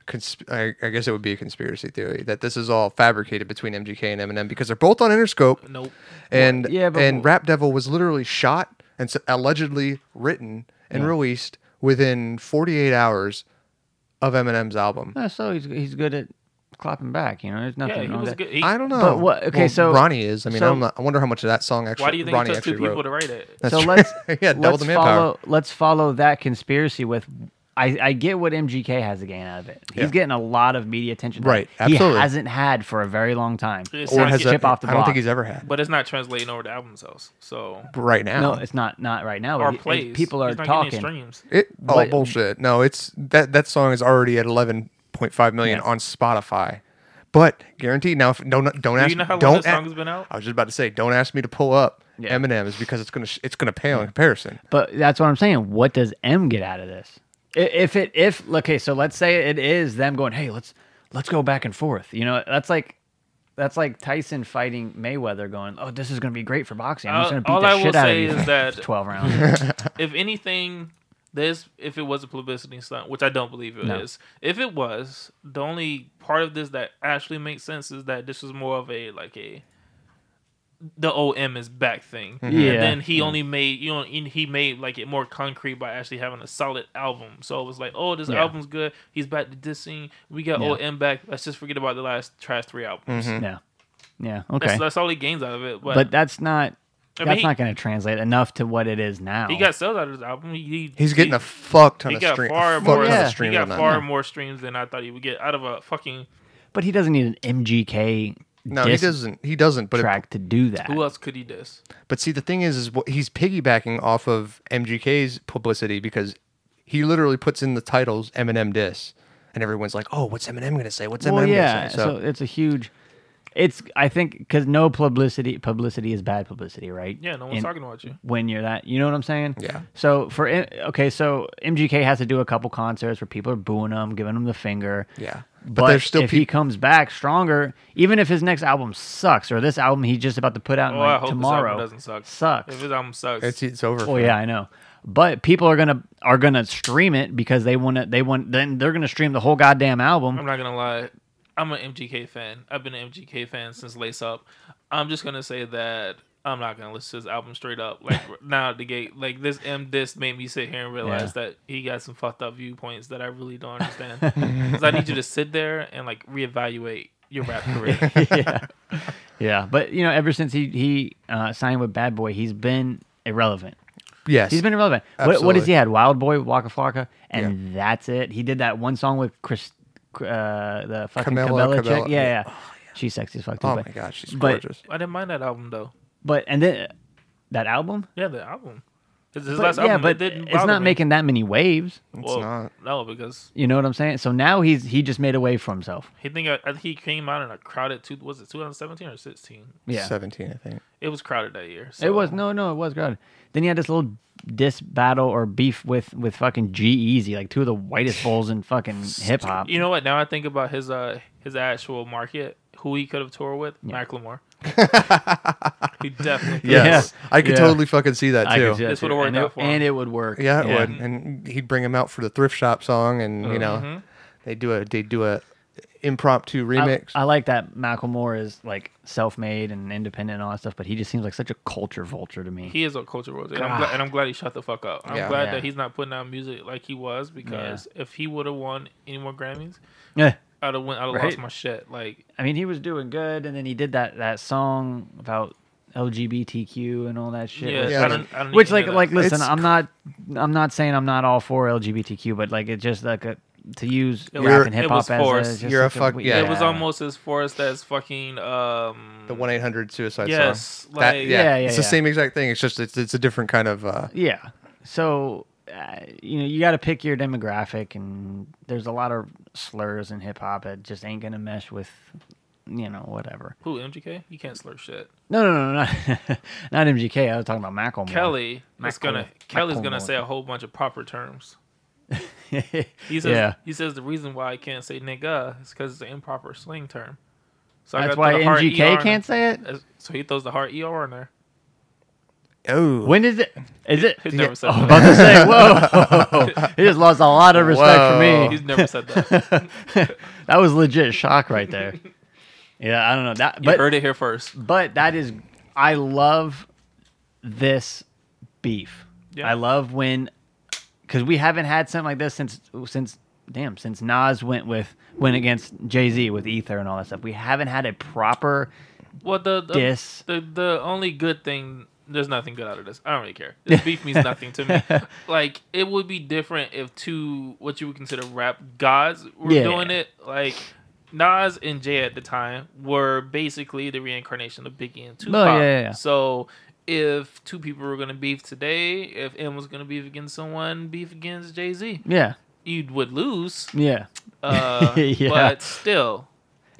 consp- I, I guess it would be a conspiracy theory that this is all fabricated between MGK and Eminem because they're both on Interscope,
Nope.
and
yeah, but-
and Rap Devil was literally shot and s allegedly written and released within 48 hours of Eminem's album.
Yeah, Oh, so he's he's good at clapping back. You know, there's nothing
Yeah, he
wrong
was
with that.
good. He,
I don't know.
But what- okay,
Well,
so-
Ronnie is. I mean,
so-
I'm not, I wonder how much of that song actually.
why do you think
Ronnie
it took two
actually
people
wrote.
to write it?
That's
so
true.
let's
yeah, double
let's
the manpower.
follow let's follow that conspiracy with I, I get what MGK has to gain out of it. He's
Yeah.
getting a lot of media attention, that
Right, absolutely.
He hasn't had for a very long time.
It's
Or
not-
has
it-
Chip
that-
off the
I don't
block.
think he's ever had.
But it's not translating over to album sales. So
Right now,
No, it's not not right now.
or
He- he-
plays.
People are
He's not getting
talking.
Streams.
It oh
What-
bullshit. No, it's that that song is already at 11.5 million
Yeah.
on Spotify. But guaranteed now if don't don't ask
you know how long
don't
that song
a-
has been out?
I was just about to say don't ask me to pull up
Yeah.
Eminem's because it's going to it's going to pale in comparison.
But that's what I'm saying. What does M get out of this? I- If it if okay, so let's say it is them going, hey, let's let's go back and forth. You know, that's like that's like Tyson fighting Mayweather, going, oh, this is going to be great for boxing. I'm just
All-
going to beat
Uh, all
the
I will
shit out of
say
you.
is that-
twelve rounds.
If anything, this if it was a publicity stunt, which I don't believe it is.
No.
If it was, the only part of this that actually makes sense is that this was more of a like a the OM is back thing.
Yeah.
And then he
Mm-hmm.
only made you know and he made like it more concrete by actually having a solid album. So it was like, oh, this
Yeah.
album's good. He's back to dissing. We got
Yeah.
OM back. Let's just forget about the last trash three albums.
Yeah. Yeah.
That's,
Okay.
that's all he gains out of it. But,
But that's not
I mean,
that's
he-
not going to translate enough to what it is now.
he got sales out of his album. He, he-
He's getting
he,
a fuck ton
he
of
got
stream.
far
fuck
more.
ton
Yeah.
of
He
streams
got
on that.
far more streams than I thought he would get out of a fucking.
but he doesn't need an MGK
No, he
diss
doesn't. He doesn't. But it,
track to do that.
Who else could he diss?
but see, the thing is, is what he's piggybacking off of MGK's publicity because he literally puts in the titles Eminem diss, and everyone's like, "Oh, what's Eminem gonna say? What's Eminem
well, yeah.
gonna say?"
So, it's a huge. It's I think because no publicity publicity is bad publicity, right?
Yeah, no one's
In-
talking about you.
when you're that. You know what I'm saying?
Yeah.
So for M- okay, so MGK has to do a couple concerts where people are booing him, giving him the finger.
Yeah.
But,
But there's still
if
peop-
he comes back stronger, even if his next album sucks or this album he's just about to put out in,
Oh, I
like,
hope
tomorrow
this album doesn't suck.
sucks.
If his album sucks,
it's it's over.
Oh
for him.
yeah, I know. But people are gonna are gonna stream it because they wanna they want then they're gonna stream the whole goddamn album.
I'm not gonna lie. I'm an MGK fan. I've been an MGK fan since Lace Up. I'm just gonna say that I'm not gonna listen to this album straight up. Like now the gate, like this M disc made me sit here and realize that he got some fucked up viewpoints that I really don't understand. Because I need you to sit there and like reevaluate your rap career.
yeah. yeah, but you know, ever since he he uh, signed with Bad Boy, he's been irrelevant.
Yes.
He's been irrelevant. What, what has
Absolutely.
he had? Wild Boy, Waka Flocka, and that's it. He did that one song with Chris, uh, the fucking
Camila
Cabela chick.
Cabello.
Yeah, yeah. She's sexy as fuck too.
Oh my
but,
gosh, she's
but-
gorgeous.
I didn't mind that album though.
But and then that album.
Yeah, the album. It's his
But,
last
yeah,
album.
but
it didn't
it's
bother
not
me.
making that many waves.
Well,
not.
No, because
You know what I'm saying? So now he's he just made a wave for himself.
he think I, I think he came out in a crowded two was it 2017 or 16?
Yeah,
Seventeen, I think.
It was crowded that year. So.
it was no, no, it was good. Then he had this little diss battle or beef with with fucking G Easy, like two of the whitest bulls in fucking hip hop.
You know what? Now I think about his uh his actual market, who he could have toured with, Macklemore. he definitely. could have
Yes, I could
Yeah.
totally fucking see that
I
too.
could see that
This
too.
would've worked
And
out
it-
for him.
and it would work.
Yeah, it would. And he'd bring him out for the thrift shop song, and you know,
Mm-hmm.
they do a they do a impromptu
I-
remix.
I, like that Macklemore is like self-made and independent and all that stuff, but he just seems like such a culture vulture to me.
He is a culture vulture, and I'm, glad, and I'm glad he shut the fuck up. I'm
Yeah.
glad
Yeah.
that he's not putting out music like he was because if he would have won any more Grammys,
Yeah,
I'd have went, I'd have
Right.
lost my shit. Like
Eh, I mean, he was doing good, and then he did that that song about LGBTQ and all that shit.
yeah,
which,
Yeah.
I
like-
don't, I don't
which,
even
like,
know that.
like, listen,
It's
I'm not, I'm not saying I'm not all for LGBTQ, but like, it just like a, to use
It
rap
was-
and
it
hip hop
was
as a,
forced.
just
You're a
such
fuck-
we-
yeah.
it was almost as forced as fucking um
the one eight hundred suicide
Yes,
song.
like-
Yeah, yeah,
it's
yeah.
the same exact thing. It's just it's, it's a different kind of. Uh,
Yeah. So, uh, you know, you got to pick your demographic, and there's a lot of slurs in hip hop that just ain't gonna mesh with, you know, whatever.
who MGK. You can't slur shit.
No, no, no, no, not, not MGK. I was talking about Macklemore.
Kelly is
Macklemore.
gonna Kelly's gonna
Macklemore.
say a whole bunch of proper terms. He says
yeah.
he says the reason why I can't say nigga is because it's an improper slang term. So
That's
gotta
why
throw the hard
MGK
ER
can't
in
say it.
there. So he throws the hard ER in there.
oh,
When is it? Is it?
He's never said
Oh,
that.
about to say, whoa! he just lost a lot of respect
Whoa.
for
He's never said that.
me. that was legit shock right there. Yeah, I don't know that,
You
but
heard it here first.
but that is i love this beef
Yeah.
i love when because we haven't had something like this since since damn since nas went with went against jay-z with ether and all that stuff we haven't had a proper
Well, the the,
Diss.
the the only good thing there's nothing good out of this. I don't really care. This beef means nothing to me. Like it would be different if two what you would consider rap gods were
Yeah.
doing it. Like Nas and Jay at the time were basically the reincarnation of Biggie and Tupac.
Oh, yeah, yeah, yeah.
So if two people were gonna beef today, if M was gonna beef against someone, beef against Jay Z,
yeah
you would lose.
yeah
Uh,
Yeah.
But still,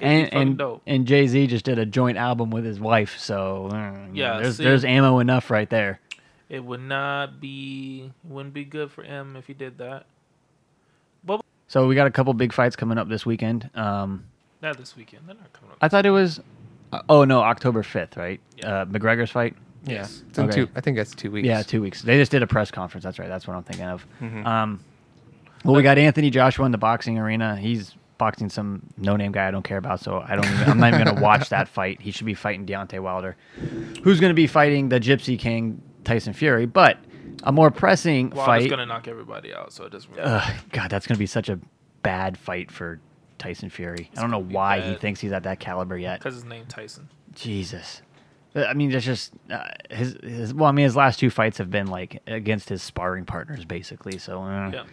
it'd be
and
fucking
and,
dope.
and jay-z just did a joint album with his wife so mm, you know,
Yeah,
there's
see.
there's ammo enough right there
It would not be wouldn't be good for him if he did that.
so we got a couple big fights coming up this weekend um
Not this weekend. They're not coming up.
i thought it was uh, oh no october 5th right uh mcgregor's fight
yeah,
Yes.
it's in
Okay.
two. I think that's two weeks.
Yeah, two weeks. They just did a press conference.
Mm-hmm.
That's right. That's what I'm thinking of. Um, well, we got Anthony Joshua in the boxing arena. He's boxing some no-name guy I don't care about, so I don't. Even, I'm not even gonna watch that fight. He should be fighting Deontay Wilder, who's gonna be fighting the Gypsy King Tyson Fury. But a more pressing
Wilder's
fight. Uh.
gonna knock everybody out, so it doesn't. Really
Ugh, God, that's gonna be such a bad fight for Tyson Fury. I don't know why he
bad.
thinks he's at that caliber yet.
Because his name Tyson.
Jesus. Uh, I mean, that's just uh, his, his. Well, I mean, his last two fights have been like against his sparring partners, basically. So uh,
Yeah.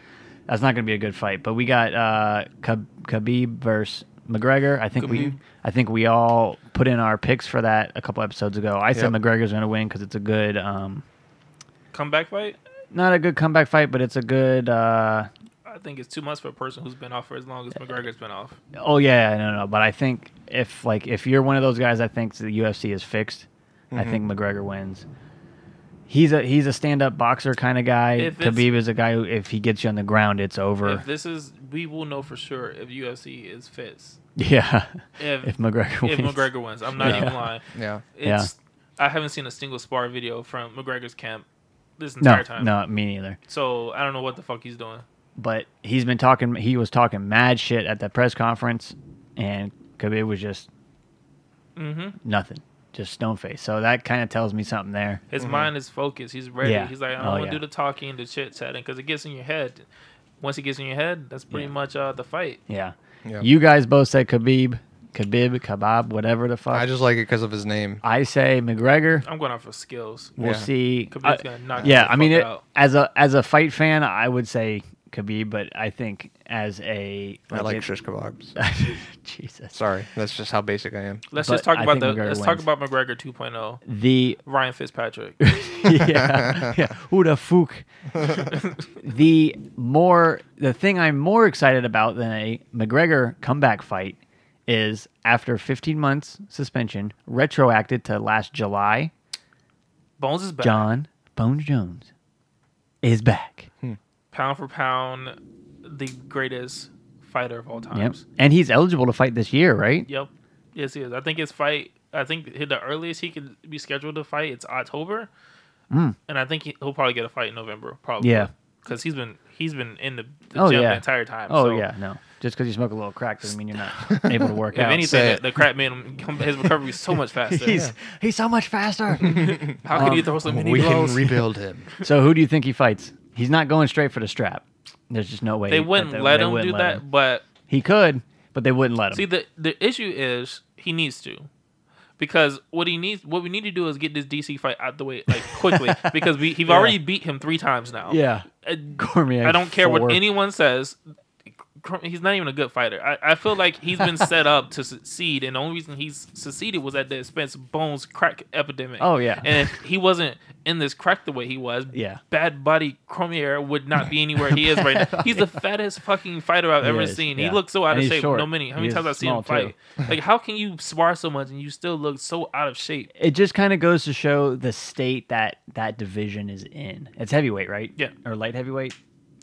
that's not going to be a good fight. But we got uh, Khab- Khabib versus McGregor. I think we,
Khabib.
I think we all put in our picks for that a couple episodes ago. I said
Yep.
McGregor's going to win because it's a good, um,
Comeback fight.
not a good comeback fight, but it's a good. Uh,
I think it's two months for a person who's been off for as long as McGregor's been off.
Oh yeah, no, no. But I think if like if you're one of those guys that thinks the UFC is fixed, I
Mm-hmm.
think McGregor wins. He's a he's a stand up boxer kind of guy.
If it's-
Khabib is a guy who if he gets you on the ground, it's over.
If this is, we will know for sure if UFC is fits.
yeah.
If
If McGregor
if
wins.
McGregor wins, I'm not even lying.
Yeah.
It's, I haven't seen a single spar video from McGregor's camp this entire
No,
time.
no, me neither.
So I don't know what the fuck he's doing.
But he's been talking. He was talking mad shit at that press conference, and Khabib was just
Mm-hmm.
nothing, just stone faced. So that kind of tells me something there.
His mind is focused. He's ready.
Mm-hmm. Yeah.
He's like, I don't
Oh,
want to
yeah.
do the talking, the chit chatting, because it gets in your head. Once it gets in your head, that's pretty
Yeah.
much uh, the fight.
Yeah.
Yeah.
You guys both said Khabib, Khabib, Kebab, whatever the fuck.
I just like it because of his name.
I say McGregor.
I'm going off of skills.
We'll
Yeah.
see.
Khabib's
I-
gonna knock
yeah,
the
I mean,
fuck
it,
out.
as a as a fight fan, I would say Khabib, but I think as a
I like
it-
shish kebabs.
Jesus.
Sorry, that's just how basic I am.
Let's
But
just talk
I
about
think
the.
McGregor
let's talk
wins.
about McGregor 2.0.
The
Ryan Fitzpatrick.
yeah, yeah. Who the fuck? the more the thing I'm more excited about than a McGregor comeback fight is after 15 months suspension, retroacted to last July.
Bones is back.
John Bones Jones is back.
Pound for pound, the greatest fighter of all
Yep.
times.
And he's eligible to fight this year, right?
Yep. Yes, he is. I think his fight. I think the earliest he could be scheduled to fight it's October, and I think he, he'll probably get a fight in November. Probably.
Mm. Yeah.
Because he's been he's been in the, the
Oh,
gym
yeah.
the entire time.
Oh
so
yeah, no. Just because you smoke a little crack doesn't mean you're not able to work
If
out.
say
anything,
it.
the, the crap made him come- his recovery was so much faster.
he's he's so much faster.
How could he throw so many
We
blows?
can rebuild him.
so who do you think he fights? He's not going straight for the strap. There's just no way
they
that
wouldn't
they-
let
they
him
wouldn't
do
let
that,
him.
but
He could, but they wouldn't let him.
See the the issue is he needs to. Because what he needs, what we need to do is get this DC fight out the way like quickly. because we he've already beat him three times now.
yeah,
Uh,
Cormier.
I don't care
four.
what anyone says. Cor- He's not even a good fighter. I, I feel like he's been set up to succeed, and the only reason he's succeeded was at the expense of Bones' crack epidemic.
Oh, yeah.
and if he wasn't in this crack the way he was,
Yeah.
Bad Buddy Cormier would not be anywhere he is right now. He's the fattest fucking fighter I've
He
ever
is,
seen.
yeah.
He looks so
And
out of
he's
shape.
short.
No many. How many
He is
times I've seen him
small, too.
fight? like, how can you spar so much and you still look so out of shape?
It just kind of goes to show the state that that division is in. It's heavyweight, right?
Yeah.
Or light heavyweight.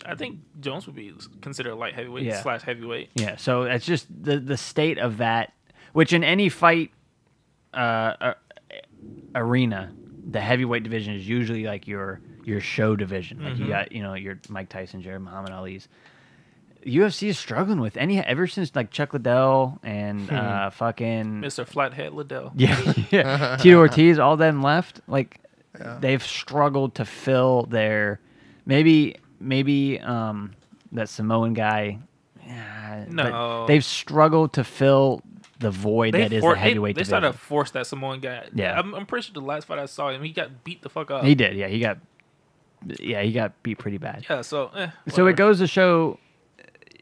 I think Jones would be considered light heavyweight
Yeah.
slash heavyweight.
Yeah, so that's just the the state of that, which in any fight uh, a- arena, the heavyweight division is usually like your your show division. Like you got you know your Mike Tyson, your Muhammad Ali's. UFC is struggling with any ever since like Chuck Liddell and uh, fucking
Mister Flathead Liddell.
yeah, yeah. Tito Ortiz, all them left. Like they've struggled to fill their maybe maybe um that Samoan guy. yeah, but
No.
they've struggled to fill the void that is
for-
the heavyweight
They, they
division.
started to force that Samoan guy.
Yeah.
I'm, I'm pretty sure the last fight I saw him, he got beat the fuck up.
he did, yeah. He got, yeah, he got beat pretty bad.
Yeah, so eh,
so
whatever.
it goes to show,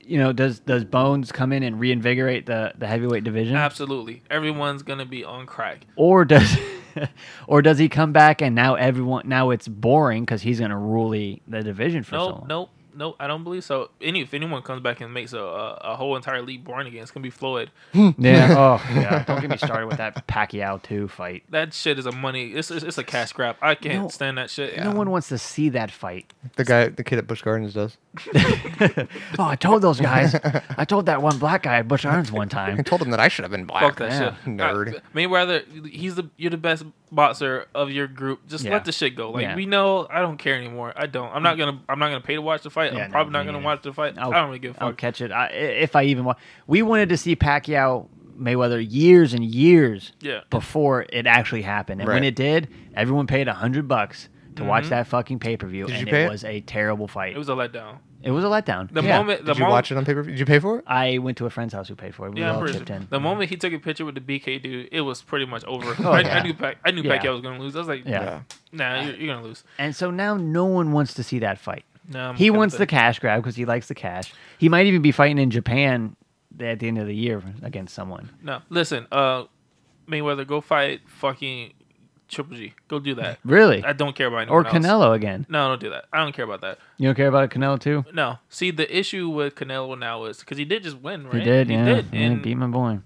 you know, does does Bones come in and reinvigorate the the heavyweight division?
Absolutely, everyone's gonna be on crack.
or does or does he come back and now everyone now it's boring because he's going to rule the, the division for so
No,
long?
no, no, I don't believe so. Any if anyone comes back and makes a a, a whole entire league boring again, it's gonna be Floyd.
Yeah. oh, yeah. Don't get me started with that Pacquiao two fight.
That shit is a money. It's it's, it's a cash grab. I can't
No.
stand that shit.
No one wants to see that fight.
The guy, the kid at Busch Gardens does.
Oh, I told those guys. I told that one black guy at Bush Irons one
I
time.
told him that I should have been black.
Fuck that
Yeah.
shit, Uh,
Nerd.
I, Mayweather, he's the you're the best boxer of your group. Just
Yeah.
let the shit go. Like
Yeah.
we know, I don't care anymore. I don't. I'm not gonna. I'm not gonna pay to watch the fight. fight.
Yeah, Oh,
I'm
no,
probably not
me
gonna
neither.
watch the fight.
I'll,
I don't really give a
I'll
fuck.
catch it I, i- if I even want. We wanted to see Pacquiao Mayweather years and years
Yeah.
before it actually happened, and when
Right.
it did, everyone paid a hundred bucks to
Mm-hmm.
watch that fucking pay per view,
Did you
and
pay
it
it?
was a terrible fight.
It was a letdown.
It was a letdown.
The
Yeah.
moment the
Did you
moment
watch it on pay per view? Did you pay for it?
I went to a friend's house who paid for it, we
Yeah, I'm
all
pretty
chipped
sure.
in.
The moment he took a picture with the BK dude, it was pretty much over. I, I
Oh, yeah.
knew Pac, I knew
Yeah.
Pacquiao was gonna lose. I was like,
Yeah.
nah, you're, you're gonna lose.
and so now no one wants to see that fight.
No, I'm
he
okay with
wants the
it.
cash grab because he likes the cash. He might even be fighting in Japan at the end of the year against someone.
No, listen, uh, Mayweather, go fight fucking Triple G. Go do that.
Really?
I don't care about anyone
Or
else.
Canelo again.
No, don't do that. I don't care about that.
You don't care about a Canelo too?
No. See, the issue with Canelo now is because he did just win, right?
He did, yeah. Yeah,
and
beat my boy.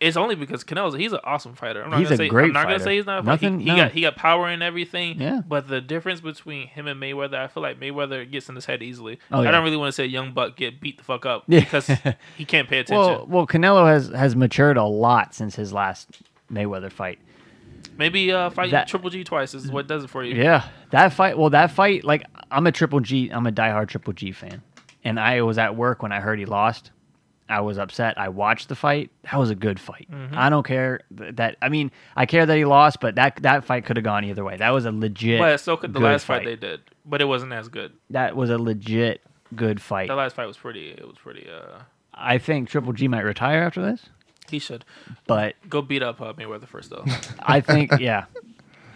it's only because Canelo's he's an awesome fighter. I'm not
He's
gonna
a
say
great
I'm not
fighter.
gonna say he's not.
Nothing-
Nothing. He,
no.
got he got power and everything.
Yeah.
But the difference between him and Mayweather, I feel like Mayweather gets in his head easily.
Oh, yeah.
I don't really want to say young buck get beat the fuck up
Yeah.
because he can't pay attention.
Well, well, Canelo has has matured a lot since his last Mayweather fight.
Maybe uh, fight
that-
Triple G twice is what does it for you.
Yeah, that fight. Well, that fight. Like, I'm a Triple G. I'm a diehard Triple G fan, and I was at work when I heard he lost. I was upset. I watched the fight. That was a good fight.
Mm-hmm.
I don't care th- that. I mean, I care that he lost, but that that fight could have gone either way. That was a legit.
But so could the
good
last fight. they did, but it wasn't as good.
That was a legit good fight.
The last fight was pretty. It was pretty. Uh,
I think Triple G might retire after this,
he should
but
go beat up uh, Mayweather first though.
I think, yeah.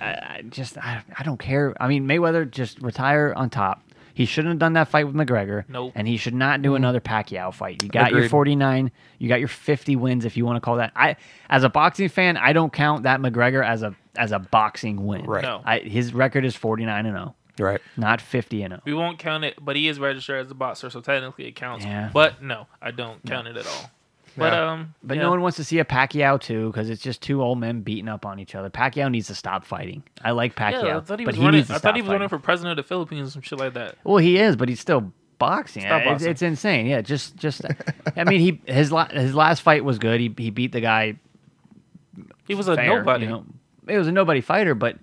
I, I just, I, I don't care. I mean, Mayweather just retire on top. He shouldn't have done that fight with McGregor.
Nope.
And he should not do another Pacquiao fight. You got your
Mm-hmm. Agreed.
49, you got your 50 wins, if you want to call that. I, as a boxing fan, I don't count that McGregor as a as a boxing win.
Right.
No.
I, his record is 49 and 0,
Right.
not 50 and oh. 0.
we won't count it, but he is registered as a boxer, so technically it counts.
Yeah.
But no, I don't count it at all. But
Yeah.
um,
But
yeah.
no one wants to see a Pacquiao too, because it's just two old men beating up on each other. Pacquiao needs to stop fighting. I like Pacquiao,
Yeah, I thought he
but
was
he
running.
needs to
I
stop
thought he was
fighting.
running for president of the Philippines or some shit like that.
Well, he is, but he's still boxing.
Stop
It's,
boxing.
it's insane. Yeah, just just. I mean, he his la- his last fight was good. He he beat the guy.
He was a
fair,
nobody,
You know? It was a nobody fighter, but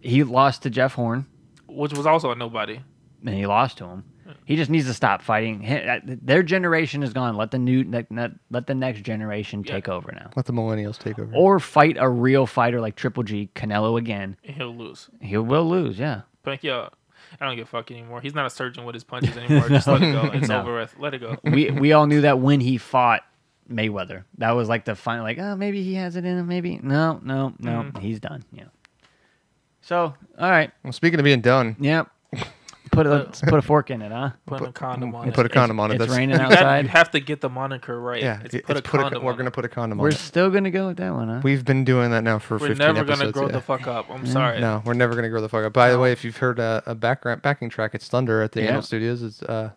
he lost to Jeff Horn
which was also a nobody.
and he lost to him. He just needs to stop fighting. He- uh, Their generation is gone. Let the new ne- ne- let the next generation
Yeah.
take over now,
Let the millennials take
Oh.
over.
or fight a real fighter like Triple G, Canelo again.
And he'll lose.
He will lose. Yeah.
Pacquiao, I don't give a fuck anymore. He's not a surgeon with his punches anymore. Just let it go. It's
No.
over with. Let it go.
we we all knew that when he fought Mayweather, that was like the final. Like, oh, maybe he has it in him. Maybe no, no, no, he's done. Yeah. Mm. So, all right,
Well, speaking of being done,
yep. Uh, Put a let's put a fork in it, huh?
Putting a condom on.
we'll
it.
put a condom on it.
It's
That's,
raining
You got- you
outside.
have to get the moniker right.
Yeah.
It's
it-
put,
it's
a condom.
we're
on
gonna
it.
put a condom
We're
on it.
still gonna go with that one, huh?
We've been doing that now for
We're
15
never
episodes.
gonna grow
yeah.
the fuck up.
Mm.
I'm sorry.
No, we're never gonna grow the fuck up. By the way, if you've heard uh, a, a background backing track, it's thunder at the
Yeah.
Anal Studios. It's uh,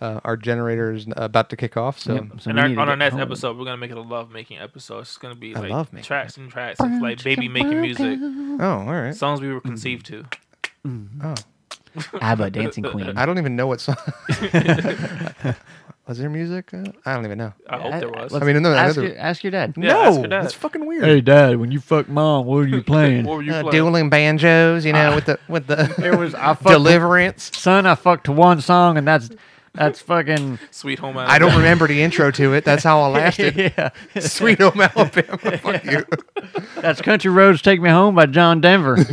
uh, our generator is about to kick off, so
Yep, so
And
we
our,
need to
on our
get
next
home.
episode, we're gonna make it a love making episode. It's gonna be
I
like
love making
tracks and tracks, of, like baby making music,
oh, all right.
songs we were conceived to.
Oh,
ABBA, Dancing Queen.
I don't even know what song. Was there music? Uh, I don't even know.
I hope there was.
let's
I mean, no, I know
ask,
there-
your, ask your dad.
Yeah, ask
no,
your dad.
that's fucking weird.
Hey, Dad, when you fuck mom, what are you playing?
what were you Ah.
Uh,
playing?
dueling banjos, you know, with the with the
it was I fucked
deliverance.
son. I fucked to one song, and that's that's fucking.
Sweet Home Alabama.
I don't remember the intro to it. That's how I lasted.
yeah.
Sweet home Alabama. Fuck you.
That's Country Roads Take Me Home by John Denver.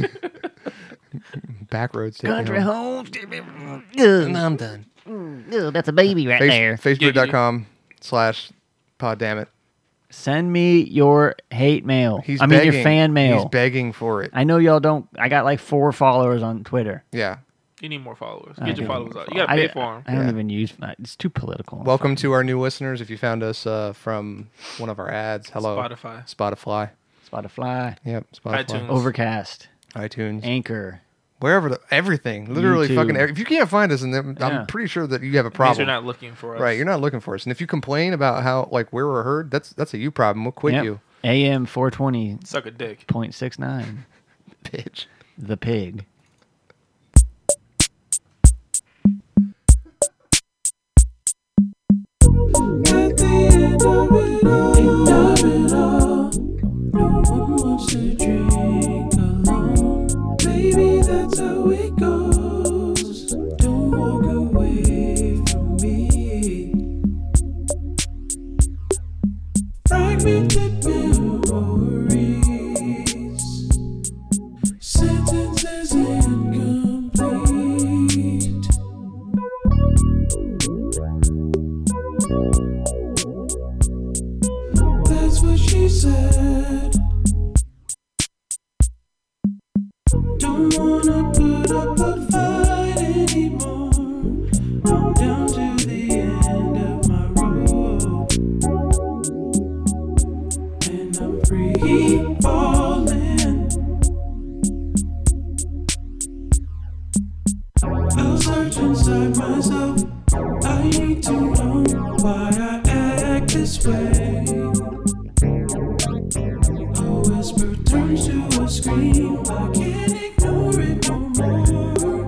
Back roads. take me
Country
home.
Homes Take Me Home.
And I'm done.
Ugh, that's a baby right there.
Face- Facebook.com slash pod damn it.
Send me your hate mail.
He's
I mean,
begging.
your fan
He's
mail.
begging for it.
I know y'all don't. I got like four followers on Twitter.
Yeah.
You need more followers.
I
Get your
do.
followers out. You gotta pay
I,
for
I
them.
don't
Yeah.
even use. uh, It's too political.
Welcome to our new listeners. If you found us uh, from one of our ads, hello.
Spotify.
Spotify.
Spotify,
Yep. Spotify. Oh.
iTunes.
Overcast,
iTunes.
Anchor.
Wherever the everything. Literally
YouTube.
fucking every, if you can't find us in them,
Yeah.
I'm pretty sure that you have a
Means
problem.
you're not looking for us.
Right, you're not looking for us. And if you complain about how like where we're heard, that's that's a you problem. We'll quit
Yep.
you,
AM four twenty
Suck a dick.
point six nine.
bitch.
The pig.
Baby, that's how it goes. Don't walk away. Don't wanna put up a fight anymore. I'm down to the end of my rope, and I'm free falling. I'll search inside myself. I need to know why I act this way. A whisper turns to a scream. I can't ignore it no more.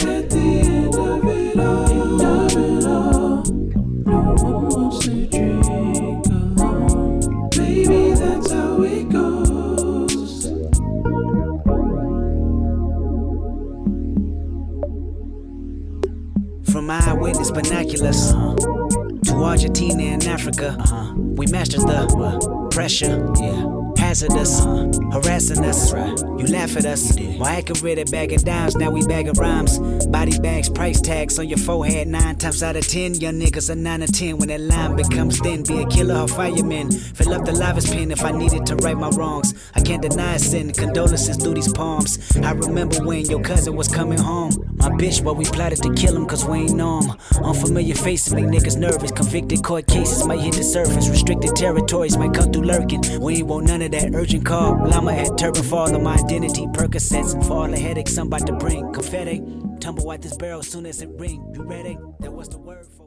At the end of it all, of it all, no one wants to drink alone. Baby, that's how it goes.
From eyewitness binoculars to Argentina and Africa, we masters the pressure. Hazardous, harassing us. You laugh at us. While I can rid a bag of dimes, now we bag of rhymes. Body bags, price tags on your forehead. Nine times out of ten, young niggas are nine or ten. When that line becomes thin, be a killer or fireman. Fill up the lava's pen if I needed to right my wrongs. I can't deny sin. Condolences through these palms. I remember when your cousin was coming home. My bitch, well, we plotted to kill him cause we ain't know him. Unfamiliar faces make niggas nervous. Convicted court cases might hit the surface. Restricted territories might come through lurking. We ain't want none of that urgent call. Llama at Turban for all of my identity. Percocets for all the headaches I'm about to bring. Confetti, tumble out this barrel soon as it ring. You ready? That was the word for